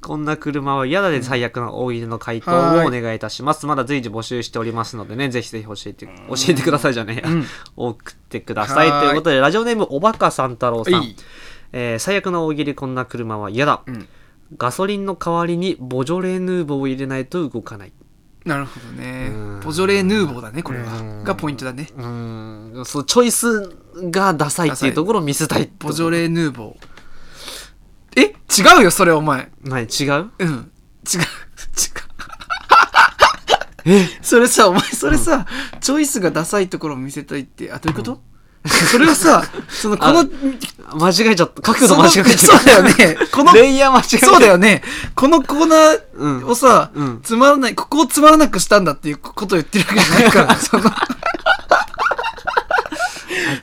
A: こんな車は嫌だで最悪の大喜利の回答をお願いいたします。まだ随時募集しておりますのでね、ぜひぜひ教えて、教えてくださいじゃねえや。送ってください。
B: はー
A: と
B: い
A: いうことで、ラジオネームおばかさん太郎さ
B: は
A: ん
B: い。
A: えー最悪の大喜利こんな車は嫌だ。
B: うん
A: ガソリンの代わりにボジョレーヌーボーを入れないと動かない。
B: なるほどね
A: うん
B: ボジョレ・ヌーボーだねこれ
A: うん
B: はがポイントだね
A: うーん、そう、チョイスがダサいっていうところを見せたいってこと。
B: ボジョレ・ヌーボーえ違うよそれお前
A: 何違う
B: うん。違う、違う。それさ、お前、それさ、チョイスがダサいところを見せたいって、あ、どういうこと、 <laughs> それはさ、その、こ
A: あ
B: の、
A: 間違えちゃった。角度間違えちゃ
B: そ
A: った。
B: のそうだよね。この、
A: レイヤー間違えちゃった。
B: <laughs> そうだよね。このコーナーをさ、
A: うんうん
B: つまらない、ここをつまらなくしたんだっていう <laughs> ことを言ってるわけじゃな
A: <laughs>
B: いから、その、っ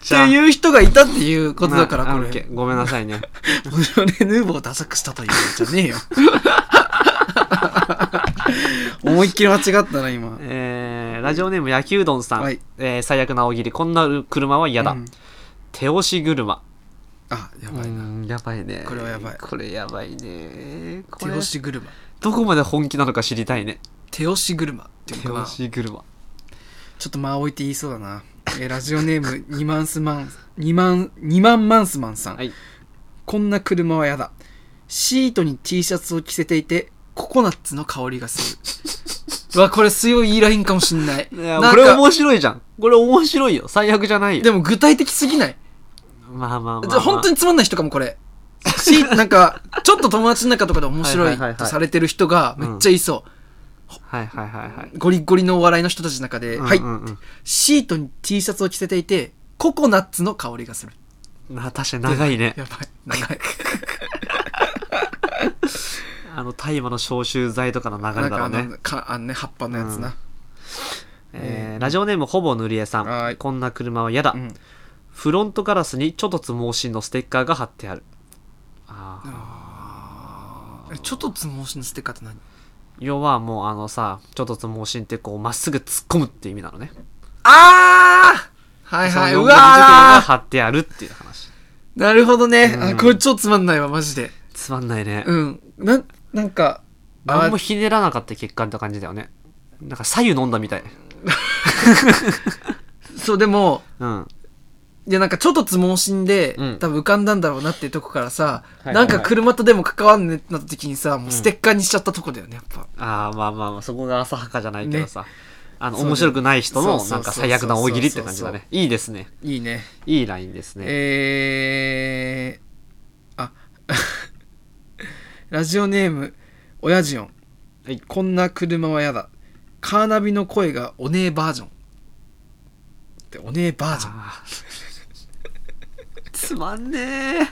A: じ
B: て
A: ゃあ。
B: いう人がいたっていうことだから、
A: まあ
B: こ
A: オッケ
B: れ。
A: ーごめんなさいね。
B: ボジョレ・ヌーボーをダサくしたということじゃね
A: <laughs>
B: えよ。思いっきり間違ったな、今。
A: えー、ラジオネーム野球うどんさん。
B: はい
A: えー最悪な大喜利。こんな車は嫌だ。
B: うん
A: 手押し車。
B: あ、やばい。
A: うんやばいね。
B: これはやばい
A: これやばいね。こ
B: 手
A: れ
B: 押し車。
A: どこまで本気なのか知りたいね。
B: 手押し車っていう
A: 手
B: のか
A: 押
B: な
A: し車。
B: ちょっと間置いて言いそうだな、えーラジオネーム2万スマン2万2万マンスマンさん、
A: はい
B: こんな車はやだシートに T シャツを着せていてココナッツの香りがす
A: <laughs>
B: るうわこれ強いいいラインかもしんない
A: い
B: な
A: や
B: んか
A: これ面白いじゃん。これ面白いよ。最悪じゃないよ。
B: でも具体的すぎない、
A: まあまあまあ、ま
B: じゃ
A: あ。
B: 本当
A: に
B: につまんない人かもこれシー <laughs> なんかちょっと友達の中とかで面白
A: はいいはいはいはい
B: とされてる人がめっちゃいそう、
A: はいはいはいはい。
B: ゴリゴリのお笑いの人たちの中で、はい、
A: うんうん
B: シートに T シャツを着せていてココナッツの香りがする
A: うんな確かに長いね。
B: やばい。長
A: <laughs>
B: い。
A: あの、大麻の消臭剤とかの流
B: な
A: れ
B: ん
A: だろう
B: かあ
A: ね
B: の、。かあのね、葉っぱのやつな。
A: えーラジオネームほぼ塗り絵さ
B: は
A: ん。
B: い
A: こんな車は嫌だ。
B: うん
A: フロントガラスにちょっとつ盲信のステッカーが貼ってある。あー
B: えちょっとつもしのステッカーって何
A: 要はもうあのさ、ちょっとつ盲信ってこう、まっすぐ突っ込むって意味なのね。
B: あーはいはい。
A: そうの四文字が
B: わー
A: 貼ってあるっていう話。
B: なるほどね。
A: う
B: あ
A: ん
B: これ超つまんないわ、マジで。
A: つまんないね。
B: うん。な、なんか、
A: 何
B: あ
A: もひねらなかった結果って感じだよね。なんか左右飲んだみたい。
B: そう、でも、
A: うん。
B: いやなんかちょっとつもしんで、
A: うん
B: 多分浮かんだんだろうなっていうとこからさ、
A: はいはい
B: なんか車とでも関わんねってなった時にさ、もうステッカーにしちゃったとこだよね、やっぱ。
A: ああ、まあまあまあ、そこが浅はかじゃないけどさ。あの、
B: そうだよ
A: 面白くない人の、
B: そうそう
A: なんか最悪な大喜利って感じだ
B: そ
A: ね。いいですね。
B: いいね。
A: いいラインですね。
B: えー、あ <laughs> ラジオネームおやじおん、
A: はい
B: こんな車はやだカーナビの声がおねえバージョンっておねえバージョン
A: あーつまんねえ。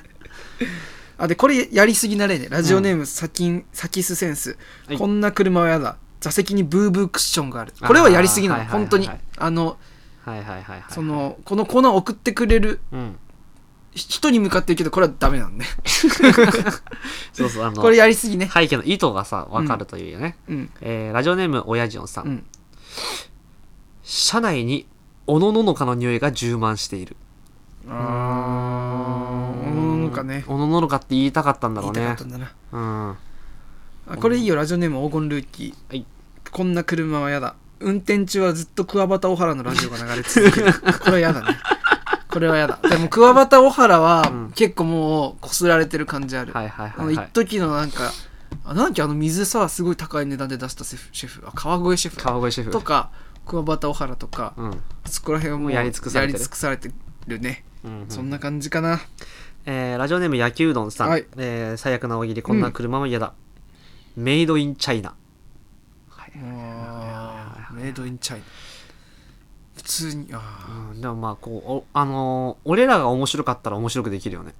B: <laughs> あでこれやりすぎな例ねラジオネームサキン、サキスセンス、
A: はい
B: こんな車はやだ座席にブーブークッションがあるこれはやりすぎな
A: あ
B: の
A: ーはいはい
B: 本当に、
A: はい
B: あの
A: はいはいはいはい。
B: そ、のこのコーナーを送ってくれる
A: うん。
B: 人に向かってるけどこれはダ
A: <laughs>
B: メなんで
A: そうそう、あの、
B: これやりすぎね、
A: 背景の意図がさ、わかるというよね。
B: うん
A: えーラジオネーム、おやじおんさん。
B: うん
A: 車内に、おのののかの匂いが充満している。
B: あーうんかね
A: おのののかって言いたかったんだろ
B: 言
A: う
B: いた
A: ね
B: かった。んだな
A: うん。
B: あこれいいよラジオネーム黄金ルーキー、
A: はい
B: こんな車はやだ運転中はずっとクワバタオハラのラジオが流れ続
A: <laughs>
B: けるこれはやだねこれはやだでもクワバタオハラ
A: うん
B: は結構もうこすられてる感じある、
A: はいはいは
B: あの
A: い、
B: 一
A: はい。
B: 時のなんかあなんだっけあの水さすごい高い値段で出したシェフシェフあ川越シェフ
A: 川越シェフ。
B: とか桑畑小原とか、
A: うん
B: そこら辺はも
A: も
B: う
A: うや
B: やり
A: り
B: 尽
A: 尽
B: く
A: く
B: さ
A: さ
B: れ
A: れ
B: て
A: て
B: る
A: る
B: ね、
A: うんうん
B: そんな感じかな
A: えーラジオネーム野球うどんさん、
B: はい
A: えー最悪な大喜利こんな車も嫌だ、メイドインチャイナ
B: あーメイドインチャイナ普通にあ
A: うんでもまあこうおあのー俺らが面白かったら面白くできるよね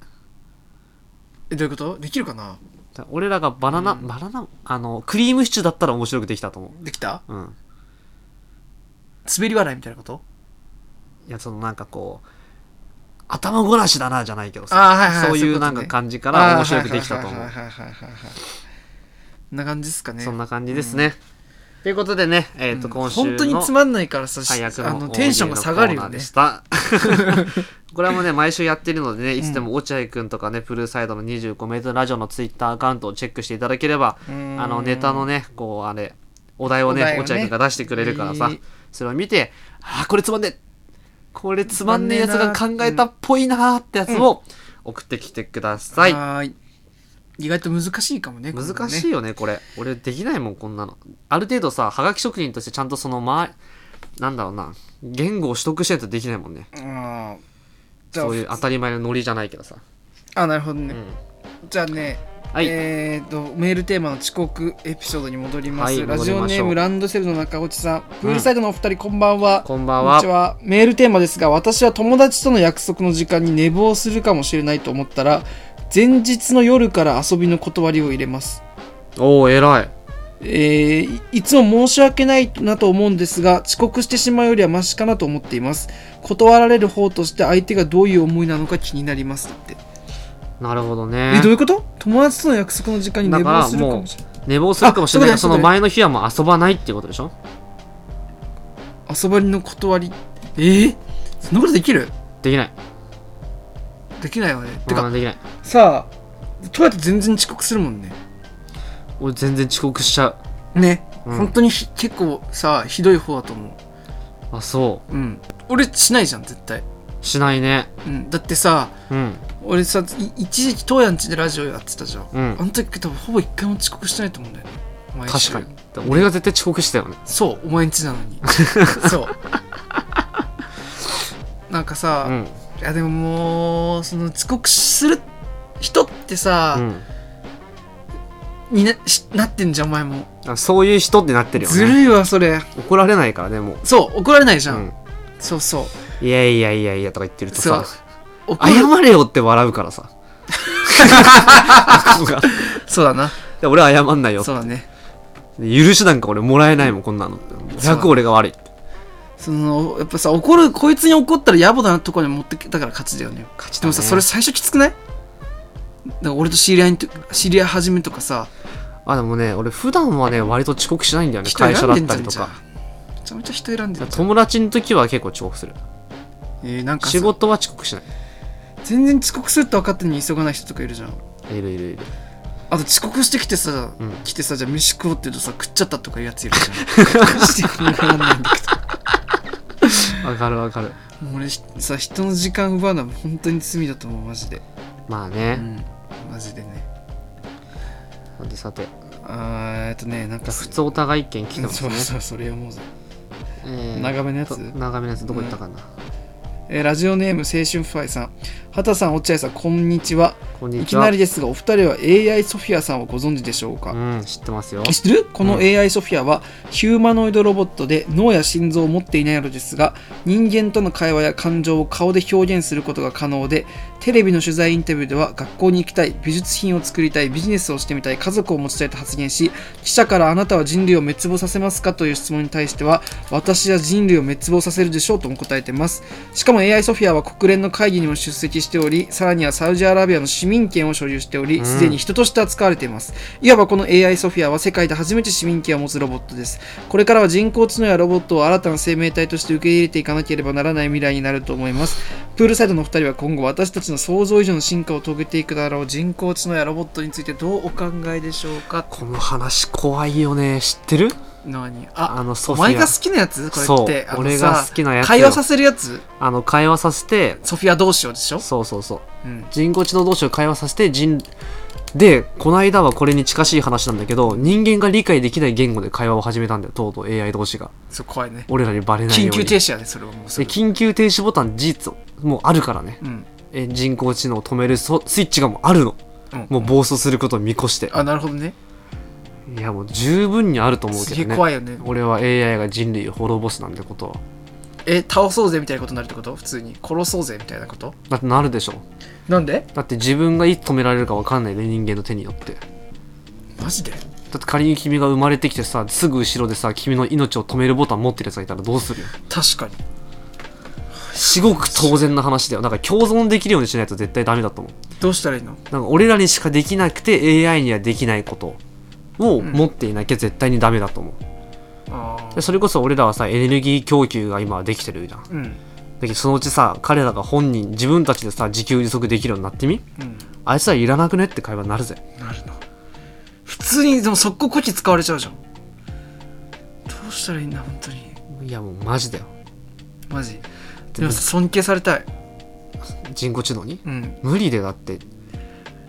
B: ーえどういうことできるかな
A: だ俺らがバナナ、バナナあのクリームシチューだったら面白くできたと思
B: できた
A: ううん
B: 滑り笑いみたいなこと
A: いやそのなんかこう頭ごなしだなじゃないけど
B: あーはいはい
A: そう
B: そうい
A: いうう
B: こ
A: な
B: とね
A: んか感じから面白くできたと
B: あー
A: 思
B: は
A: う
B: いはいはいはいはいはいはいはいこんな感じですかね
A: そんな感じですね、ということでね、えっと今週の
B: 本当につまんないからさ
A: 最悪
B: あ
A: の
B: のテンションが下がるよ
A: 大
B: ね
A: 喜利のコーナーでし
B: <laughs>
A: た。これはもうね、毎週やってるのでね、いつでも落合くんとかね、プルーサイドの25メートルラジオのツイッターアカウントをチェックしていただければ、
B: うん
A: あの、ネタのね、こう、あれ、お題を
B: お
A: ね、
B: 題をね
A: 落合くんが出してくれるからさ
B: いい、
A: それを見て、あー、これつまんねえこれつまんねえやつが考えたっぽいなーってやつを送ってきてください。
B: はーい意外と難しいかもね
A: 難しいよねこれ俺できないもんこんなのある程度さはがき職人としてちゃんとそのまなんだろうな言語を取得してないとできないもんね
B: いあーじゃあ
A: そういう当たり前のノリじゃないけどさ
B: あなるほどね、じゃあね
A: はい
B: えー、とメールテーマの遅刻エピソードに戻ります、
A: はい
B: ラジオ
A: 戻りま
B: ネ
A: し
B: ー
A: ょ
B: ム
A: う
B: ランドセルの中落さんプールサイドのお二人、こんばんは
A: こんばん
B: こん
A: は
B: にちはメールテーマですが私は友達との約束の時間に寝坊するかもしれないと思ったら前日の夜から遊びの断りを入れます
A: おお偉い
B: えーいいつも申し訳ないなと思うんですが遅刻してしまうよりはマシかなと思っています断られる方として相手がどういう思いなのか気になりますって
A: なるほど
B: え
A: ね
B: どういうこと友達との約束の時間に寝
A: だか
B: 坊
A: ら
B: するかもしれない
A: 寝坊するかもしれないけ
B: あ
A: ど
B: そ
A: そう
B: だね
A: の前の日はもう遊ばないっていうことでしょ
B: 遊ばりの断りえー、そんなことできる
A: できない
B: できないよねて
A: て
B: か、
A: かできない
B: さあトラって全然遅刻するもんね
A: 俺全然遅刻しちゃう
B: ね、
A: うん
B: 本当にひ結構さひどい方だと思
A: あそう
B: うん俺しないじゃん絶対、
A: うしないね
B: うん、だってさ
A: うん
B: 俺さい一時期東やんちでラジオやってたじゃん、
A: うん
B: あの時多分ほぼ一回も遅刻してないと思うんだよね毎
A: 確
B: 週
A: かに俺が絶対遅刻したよね
B: そうお前んちなの
A: <laughs>
B: にそうなんかさ、
A: うん
B: いやでももうその遅刻する人って
A: う
B: さ、
A: ん
B: になしなってんじゃんお前も、
A: あそういう人ってなってるよ
B: ず
A: ね
B: るいわそれ
A: 怒られないからねもう
B: そう怒られないじゃん、
A: うん
B: そうそう
A: いやいやいやいやとか言ってるとさ
B: そ怒る
A: 謝れよって笑うからさ
B: そうだな
A: で俺は謝んないよ
B: そうだね
A: 許しなんか俺もらえないもんこんなの100俺が悪い
B: そのやっぱさ怒るこいつに怒ったら野暮だなとこに持ってきたから勝ちだよね勝ちでもさ
A: ね
B: それ最初きつくないだから俺と知り合いにと知り合い始めとかさ
A: あでもね俺普段はね割と遅刻しないんだよね
B: 人
A: 会社
B: 選ん
A: だっ
B: でん
A: た
B: じゃ
A: り
B: ん
A: と
B: じゃ
A: か
B: あめちゃめちゃ人選んでんじゃん
A: 友達の時は結構遅刻する
B: えー、なんかさ
A: 仕事は遅刻しない
B: 全然遅刻するって分かってんのに急がない人とかいるじゃん
A: いるいるいる
B: あと遅刻してきてさ、
A: うん
B: 来てさじゃあ飯食おうって言うとさ食っちゃったとかいうやついるじ
A: <laughs>
B: ゃんしてもらわないんだけ
A: わかるわかる
B: どもう俺ひさ人の時間奪うのは本当に罪だと思うマジで
A: まあ
B: う
A: ね
B: んマジでね
A: さてさて
B: あーえっとねなんか
A: 普通お互い意見聞いてます
B: そう
A: ね
B: そうそれ思うぞ
A: えー
B: 長めのやつ
A: と長めのやつどこ行ったかな
B: えーラジオネーム青春ファイさん畑さん落合さんこんにちは
A: こん
B: い
A: に
B: き
A: ちは
B: なりですがお二人は AI ソフィアさんをご存知でしょうか、
A: うん知ってますよ
B: 知ってるこの
A: うん
B: AI ソフィアはヒューマノイドロボットで脳や心臓を持っていないのですが人間との会話や感情を顔で表現することが可能でテレビの取材インタビューでは学校に行きたい美術品を作りたいビジネスをしてみたい家族を持ちたいと発言し記者からあなたは人類を滅亡させますかという質問に対しては私は人類を滅亡させるでしょうとも答えてますしかも AI ソフィアは国連の会議にも出席しておりさらにはサウジアラビアの市民権を所有しておりすでに人として扱われていますいわばこの AI ソフィアは世界で初めて市民権を持つロボットですこれからは人工知能やロボットを新たな生命体として受け入れていかなければならない未来になると思いますプールサイドのお二人は今後私たちの想像以上の進化を遂げていくだろう人工知能やロボットについてどうお考えでしょうか
A: この話怖いよね知ってる
B: 何あ
A: あのソ
B: お
A: フィア
B: 前が好きなやつこれって
A: そう
B: あのさ
A: 俺が好きなやつよ
B: 会話させるやつ
A: あの会話させて
B: ソフィアどうしようでしょ
A: そうそうそう
B: うん
A: 人工知能同士を会話させて人でこの間はこれに近しい話なんだけど人間が理解できない言語で会話を始めたんだよとうとう AI 同士が
B: そう怖いね
A: 俺らにバレないよう
B: 緊
A: に
B: 急停止やねそれはもうそ
A: で
B: れ
A: 緊急停止ボタン事実もうあるからね
B: うん
A: え人工知能を止めるそスイッチがもうあるの
B: うん
A: もう暴走することを見越して
B: あなるほどね
A: いやもう十分にあると思う
B: す
A: け
B: げえ
A: どね
B: 怖いよね
A: 俺は AI が人類を滅ぼすなんてことは
B: え倒そうぜみたいなことになるってこと普通に殺そうぜみたいなこと
A: だってなるでしょ
B: なんで
A: だって自分がいつ止められるか分かんないね人間の手によってだ
B: マジで
A: って仮に君が生まれてきてさすぐ後ろでさ君の命を止めるボタン持ってるやつがいたらどうするよ
B: 確かに
A: すごく当然な話だよなんか共存できるようにしないと絶対ダメだと思う
B: どうしたらいい
A: な
B: の
A: んか俺らにしかできなくて AI にはできないことを持っていなきゃ絶対にダメだと思う、
B: あ
A: で
B: あ
A: それこそ俺らはさエネルギー供給が今はできてるじゃんだ
B: うん
A: けどそのうちさ彼らが本人自分たちでさ自給自足できるようになってみ
B: うん
A: あいつらいらなくねって会話になるぜ
B: なるな普通にでも速攻こっち使われちゃうじゃんどうしたらいいんだ本当に
A: いやもうマジだよ
B: マジでもさ尊敬されたい
A: 人工知能に
B: うん
A: 無理でだって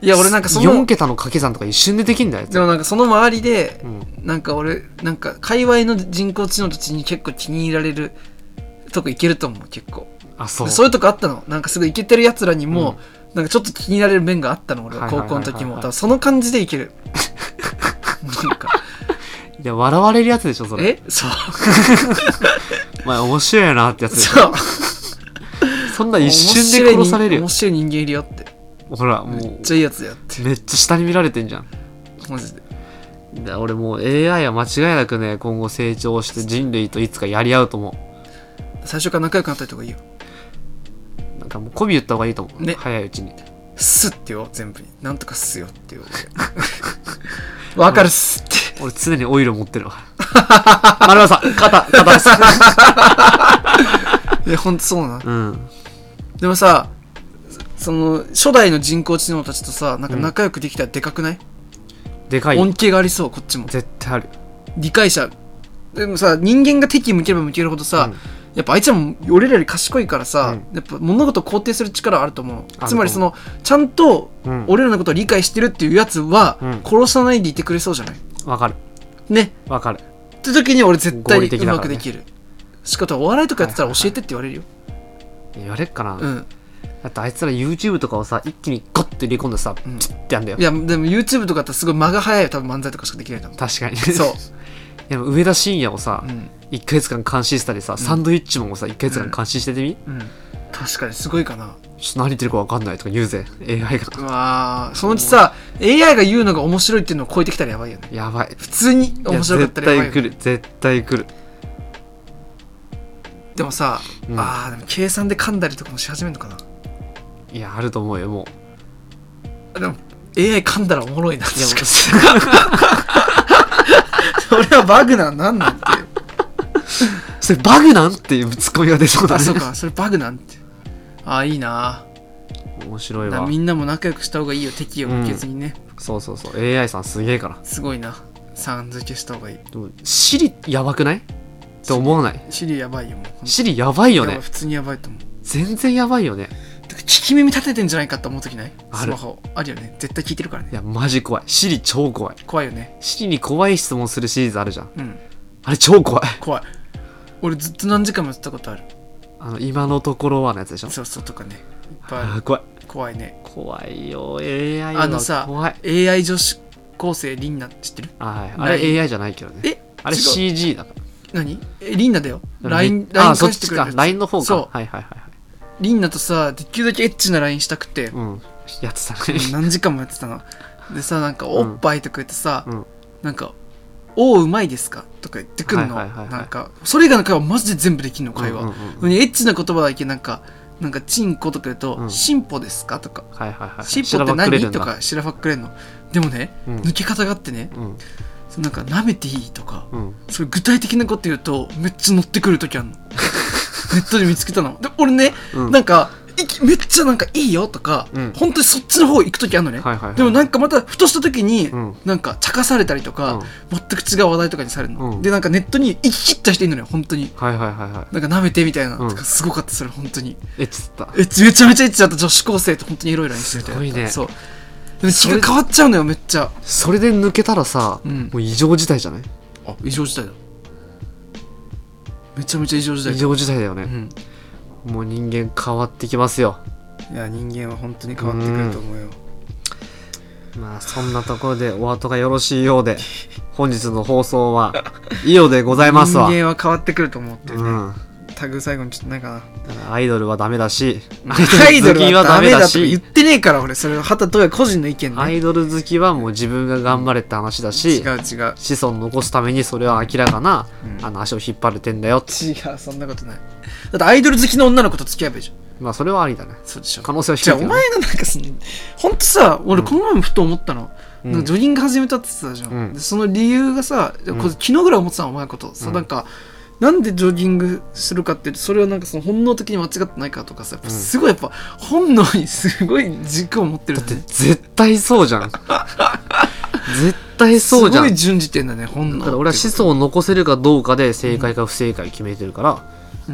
B: いや俺なんかそ
A: 4
B: の
A: 桁の掛け算とか一瞬でできんだよあいつ
B: でもなんかその周りで
A: うん
B: なんか俺なんか界隈の人工知能たちに結構気に入られるとこいけると思う結構
A: あそ
B: そうういうとこあったのなんかすごいイケてるやつらにも、なんかちょっと気になれる面があったの俺は
A: はいはい
B: 高
A: はい
B: 校
A: はい
B: の時も多分その感じでいけるなんか
A: いや笑われるやつでしょそれ
B: え <laughs> そう
A: お前面白いなってやつでしょ
B: そう
A: <laughs> そんな一瞬で殺されるよ
B: 面白い人面白い人間いるよって
A: ほらも
B: めっ
A: う
B: ちゃいいやつだよって
A: めっちゃ下に見られてんじゃん
B: マジで
A: いや俺もう AI は間違いなくね今後成長して人類といつかやり合うと思う
B: 最初から仲良くなったりとかいいよ
A: なんかもう媚び言った方がいいと思う、
B: ね
A: 早いうちに
B: すってよ全部になんとかすよってよ
A: <laughs>
B: わかるっすって
A: 俺常にオイル持 <laughs> ってるわ丸山さん肩肩 <laughs> です
B: いやほんとそうな
A: うん
B: でもさその初代の人工知能たちとさなんか仲良くできたらでかくない、
A: でかい
B: 恩恵がありそうこっちも
A: 絶対ある
B: 理解者でもさ人間が敵向ければ向けるほどさ、
A: うん
B: やっぱあいつらも俺らより賢いからさ、やっぱ物事を肯定する力はあると思
A: あ
B: うつまりそのちゃんと
A: うん
B: 俺らのことを理解してるっていうやつは、
A: うん
B: 殺さないでいてくれそうじゃない
A: わかる
B: ね
A: わかる
B: って時に俺絶対
A: 合理
B: に
A: 的
B: う
A: だ
B: ま
A: か
B: く
A: らね
B: できる、しかもお笑いとかやってたら教えてって言われるよ、
A: 言われっかな、
B: うん
A: だってあいつら YouTube とかをさ一気にゴッて入れ込んでさ、
B: ん
A: チッてやんだよ
B: いやでも YouTube とかだったらすごい間が早いよ多分漫才とかしかできないと思
A: 確かに <laughs>
B: うそう
A: いや上田晋也をさ、
B: うん
A: 一1ヶ月間監視したりさ、サンドイッチマンもさ1ヶ月間監視しててみ、
B: うん確かにすごいかな
A: ちょっと何言ってるかわかんないとか言うぜ <laughs> AI が
B: うわーそのうちさ AI が言うのが面白いっていうのを超えてきたらやばいよね
A: やばい
B: 普通に
A: いや
B: <laughs> 面白かったらやばい
A: 絶対
B: よね
A: 来る絶対来る
B: でもさ、
A: うん
B: あーでも計算で噛んだりとかもし始めるのかない
A: やあると思うよもう
B: あでも AI 噛んだらおもろいな確
A: いやも
B: かに
A: う
B: <laughs> それはバグなんなんなんて
A: それバグなんっていうツッコミが出そうだ
B: あ
A: ね
B: そうかそれバグなんてあーいいな
A: <laughs> 面白い
B: だから
A: わ
B: みんなも仲良くした方がいいよ敵を受けずにね、
A: そうそうそう AI さんすげえから
B: すごいなさん付けした方がいい
A: でも Siri やばくないって思わない
B: シリやばいよもうほんと
A: Siri やばいよ
B: や
A: ね
B: ばい普通にやばいと思う
A: 全然やばいよね
B: てか聞き耳立ててんじゃないかって思う時ない
A: ある
B: スマホあるよね絶対聞いてるからね
A: いやマジ怖い Siri 超怖い
B: 怖いよね
A: Siri に怖い質問するシリーズあるじゃん
B: うん
A: あれ超怖い
B: 怖い俺ずっと何時間もやってたことある
A: あの今のところはのやつでしょ
B: そうそうとかねいっぱいあ
A: あ
B: る
A: ー怖い
B: 怖いね
A: 怖いよ AI は怖い
B: あのさ
A: 怖い
B: AI 女子高生リンナ知ってる
A: あ,、はい、
B: ラ
A: あ
B: イン
A: れ AI じゃないけどね
B: え
A: あれ
B: 違う
A: CG だから
B: 何えリンナだよ
A: でも
B: LINE
A: めあ
B: LINE
A: そっ
B: 返して
A: ち
B: くれ
A: か
B: る
A: LINE の方か
B: そ
A: はいはいはいはいう
B: リンナとさできるだけエッチな LINE したくて
A: うんやってたね
B: 何時間もやってたのでさなんかおっぱいとか言ってさ、
A: うんうん
B: なんか「おううまいですか?」とか言ってくんの、
A: はいはいはいはい
B: なんかそれ以外の会話マジで全部できんの会話、
A: うんうんうんうん
B: のにエッチな言葉だけなんか「なんかチンコ」とか言うと
A: う
B: 「
A: ん
B: 進歩ですか?」とか
A: はいはいは
B: 「
A: い
B: 進
A: し
B: 歩
A: らばっ
B: って
A: くれる
B: 何?」
A: ん
B: と
A: だ
B: かしらばっくれんのでもね、
A: うん
B: 抜け方があってね
A: うん
B: そのなんか「舐めていい」とか、
A: うん
B: それ具体的なこと言うとめっちゃ乗ってくる時あん
A: <laughs>
B: のネットで見つけたので俺ね、
A: うん
B: なんかいきめっちゃなんかいいよとか、
A: うん
B: 本当にそっちの方行く時あんのね、
A: はいはいはい
B: でもなんかまたふとした時に、
A: うん
B: なんか茶化されたりと
A: う
B: か、
A: ん
B: 全く違う話題とかにされるの、
A: うん
B: でなんかネットに行き切った人いるのよ本当に
A: はいはいはいは
B: なんか舐めてみたいな、
A: うん
B: とかすごかったそれ本当に
A: いエッチだった
B: <laughs> えめちゃめちゃエッチだった女子高生と本当にいろいろにしてて
A: すごいね
B: そうでも血が変わっちゃうのよめっちゃ
A: それで抜けたらさ、
B: うん
A: もう異常事態じゃない
B: あ異常事態だめちゃめちゃ異常事態
A: 異常事態だよね、
B: うん
A: もう人間変わってきますよ
B: いや人間は本当に変わってくると思うよ
A: まあそんなところ <laughs> でお後がよろしいようで本日の放送は以上でございます
B: 人
A: わ、
B: 間は変わってくると思うっていううね
A: ん、
B: タグ最後にちょっとないかな
A: だからアイドルはダメだし
B: アイドルはダメだって言
A: し
B: ってねえから俺それは畑とや個人の意見
A: ア
B: ね
A: イドル好きはもう自分が頑張れって話だ
B: 違
A: し
B: う違う
A: 子孫残すためにそれは明らかな、
B: うん
A: あの足を引っ張る点だよって
B: 違うそんなことないだってアイドル好きの女の子と付き合えばいいじゃん
A: まあそれはありだね
B: そうでしょ
A: 可能性は低いけ
B: じゃあ
A: ど
B: お
A: ね
B: 前がなんかそのほんとさ俺この前もふと思ったの、
A: うん
B: なんかジョギング始めたって言ってたじゃん、
A: うん
B: でその理由がさ、これ昨日ぐらい思ってたのお前のことさ、
A: うん
B: なんかなんでジョギングするかってそれはなんかその本能的に間違ってないかとかさやっぱすごいやっぱ本能にすごい軸を持ってるって
A: 絶対そうじ
B: <laughs>
A: ゃん絶対そうじゃ
B: すごい
A: ん
B: 準じてんだね本能
A: だから俺は子孫を残せるかどうかで正解か不正解決めてるから、
B: うん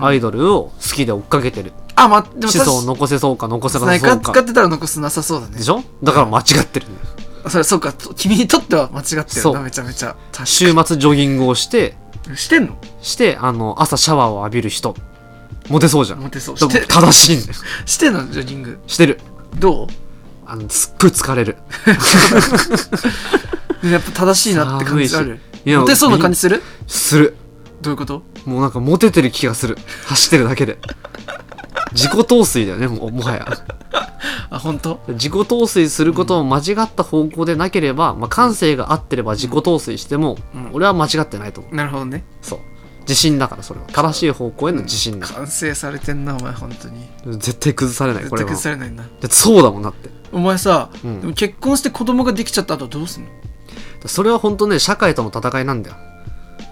A: アイドルを好きで追っかけてる
B: あまでも
A: 子
B: 確
A: 孫を残せそうか残せ
B: な
A: ないそ
B: か
A: う
B: 使っ
A: か
B: てたら残すなさそうだね
A: でしょだから間違ってるんだよ
B: あそれそうかと君にとっては間違ってる
A: そ
B: な
A: う
B: めちゃめちゃ確かに
A: 週末ジョギングをして
B: してんの
A: してあの朝シャワーを浴びる人モテそうじゃん
B: モテそう
A: でも
B: して
A: 正しいんだよ
B: してんのジョギング
A: してる
B: どう
A: あのすっごい疲れる
B: でやっぱ正しいなって感じある
A: いや
B: モテそうな感じする
A: する
B: どういうこと
A: もうなんかモテてる気がする走ってるだけで自己陶酔だよねもうもはや
B: あ本当
A: 自己陶酔することを間違った方向でなければ、まあ、感性が合ってれば自己陶酔しても、
B: うん
A: 俺は間違ってないと思う
B: なるほどね
A: そう自信だからそれは正しい方向への自信だか
B: 完成されてんなお前本当に
A: ら、絶対崩されない
B: 絶
A: こ
B: 対
A: れは
B: 崩されないな
A: だってそうだもんなって
B: お前さ、
A: うん
B: でも結婚して子供ができちゃった後どうすんの
A: それは本当ね社会との戦いなんだよ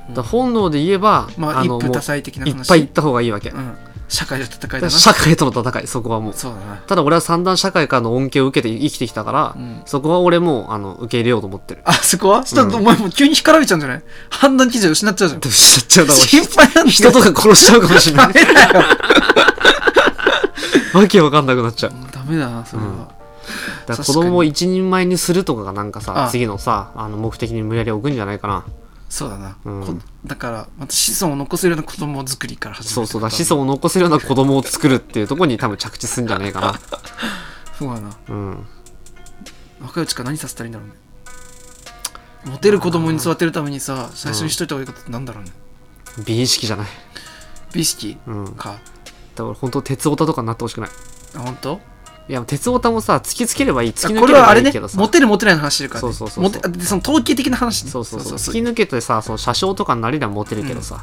A: だから本能で言えば、
B: まあ一
A: の
B: 夫
A: もう
B: 多妻的ない話
A: っぱい行った方がいいわけ、
B: うん社会の戦い
A: だ
B: だ
A: か
B: な
A: ら社会との戦いそこはもう
B: そうだな
A: ただ俺は三段社会からの恩恵を受けて生きてきたから、
B: うん
A: そこは俺もうあの受け入れようと思ってる
B: あそこはちょっとお前もう急に干からびちゃうんじゃない判断基準失っちゃうじゃん
A: でも知っちゃうだろ
B: 心配なんだよ
A: 人とか殺しちゃうかもしれない
B: <laughs> ダメだよ
A: わけわかんなくなっちゃう
B: ダメだなそれは、
A: だから
B: 確
A: 子
B: かに
A: 供を一人前にするとかがなんかさ
B: あ
A: 次のさあの目的に無理やり置くんじゃないかな
B: そうだな、
A: うん
B: こだからまた子孫を残せるような子供作りから始める
A: そうそうだから子孫を残せるような子供を作るっていうところに多分着地するんじゃないかな
B: そうだな
A: うん
B: 若いうちから何させたらいいんだろうねモテる子供に育てるためにさ最初にしといた方がいいことってなんだろうね
A: 美意識じゃない
B: 美意識
A: うんだか
B: から
A: 俺本当鉄オタとかになってほしくない
B: あ本当
A: いや鉄オタもさ突きつければいい突き抜
B: こ
A: けれ
B: れはあ
A: ば
B: れ
A: いい
B: ね
A: けどさ
B: モテるモテないの話してるから、ね、
A: そうそうそう
B: モテあでその統計的な話ね
A: そうそうそう
B: そ
A: 突
B: う
A: き
B: そう
A: 抜けてさその車掌とかになりりゃモテるけどさ、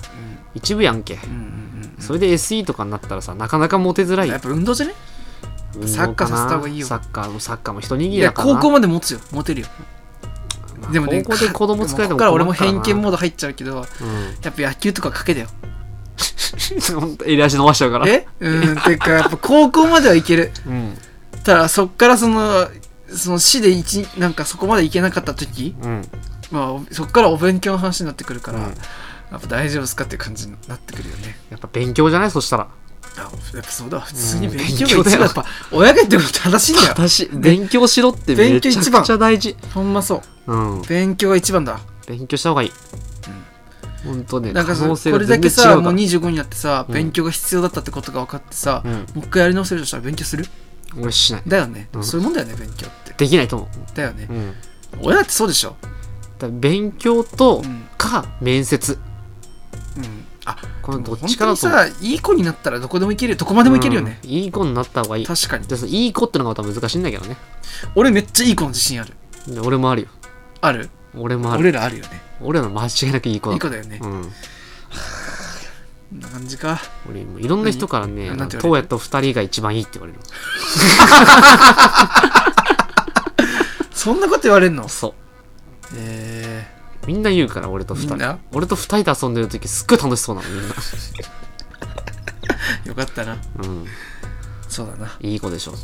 A: 一部やんけ、
B: うんうん
A: それで SE とかになったらさなかなかモテづら
B: う
A: い
B: んやっぱ運動じゃね
A: 運動かな
B: サッカーさせた方がいいよ
A: サッカーもサッカーも一握
B: い
A: り
B: や
A: だから
B: 高
A: な
B: 校まで持つよモテるよ
A: まあ
B: でもね
A: 高校で子供作られても
B: ここから俺も
A: 困っ
B: 偏
A: な
B: 見モード入っちゃうけ
A: う
B: どやっぱ野球とか賭けだよ
A: ん <laughs> ほんと襟足伸ばしちゃうから
B: えうんてかやっぱ高校まではいける
A: うん
B: ただそっからそのその市で一なんかそこまで行けなかった時、
A: うん
B: まあ、そっからお勉強の話になってくるから、
A: うん
B: やっぱ大丈夫ですかっていう感じになってくるよね
A: やっぱ勉強じゃないそしたら
B: あやっぱそうだわ普通に
A: うん
B: 勉強
A: 勉強
B: が
A: だ
B: 一
A: よ
B: 番やっぱ親が言ってること正しいんだよ
A: 私勉強しろってめ
B: 勉強
A: ちゃ
B: 一
A: く
B: 番
A: ちゃ大事
B: ほんまそう
A: うん
B: 勉強が一番だ
A: 勉強した方がいい本当ね
B: なん
A: 可
B: か
A: 能
B: そ
A: 性
B: こ
A: が
B: れ
A: 全
B: だけ
A: 然違う
B: さも
A: か
B: う
A: ら
B: 25になってさ
A: うん
B: 勉強が必要だったってことが分かってさ、
A: うん
B: もう一回やり直せるとしたら勉強する
A: 俺しない
B: だよね、
A: うん
B: そういうもんだよね勉強って
A: できないと思
B: だよね
A: う、うん
B: 親だってそうでしょ、
A: だから勉強と
B: うん
A: か面接
B: うん、あ
A: このどっ
B: 本
A: ちか
B: 当
A: だ
B: に
A: と思う
B: さいい子になったらどこでも行けるよどこまでも行けるよね、
A: うんいい子になった方がいい
B: 確かに
A: でそのいい子ってのがまた難しいんだけどね
B: 俺めっちゃいい子の自信ある
A: で俺もあるよ
B: ある
A: 俺もある
B: 俺らあるよね
A: 俺らの間違いなくいい子だ
B: いい子だよね、
A: うん、
B: こんな感じか
A: 俺もいろんな人からね
B: 何なんて言われる
A: トうやと二人が一番いいって言われる
B: そんなこと言われんの
A: そう
B: ええ
A: みんな言うから俺と二
B: みん
A: 人
B: な
A: 俺と二人で遊んでる時すっごい楽しそうなのみんな、
B: よかったな
A: うん、
B: そうだない
A: い子でしょ
B: うん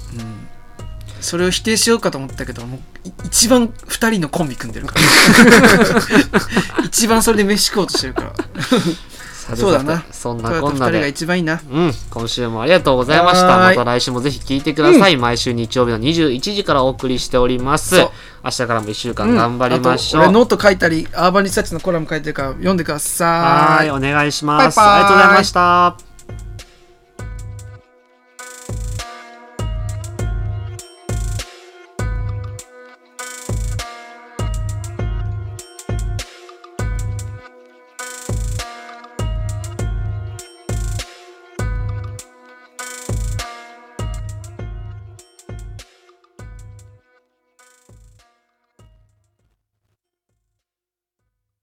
B: それを否定しようかと思ったけどもうい一番二人
A: <laughs>
B: のコンビ組んでるから一番それで飯食おうとしてるから
A: さて
B: そうだな
A: さてそん
B: トヨ
A: な
B: タ
A: こ
B: 2
A: ん
B: 人
A: な
B: が
A: で
B: 一番いいな
A: うん、今週もありがとうございました。
B: はー
A: ま
B: い
A: た来週もぜひ聞いてください。毎週日曜日の21時からお送りしております
B: そう。
A: 明日からも1週間頑張りましょう。
B: うんあと俺ノート書いたりアーバンリサーチのコラム書いてるから読んでくださ
A: はーい、お願いします。
B: バイバイ
A: ありがとうございました。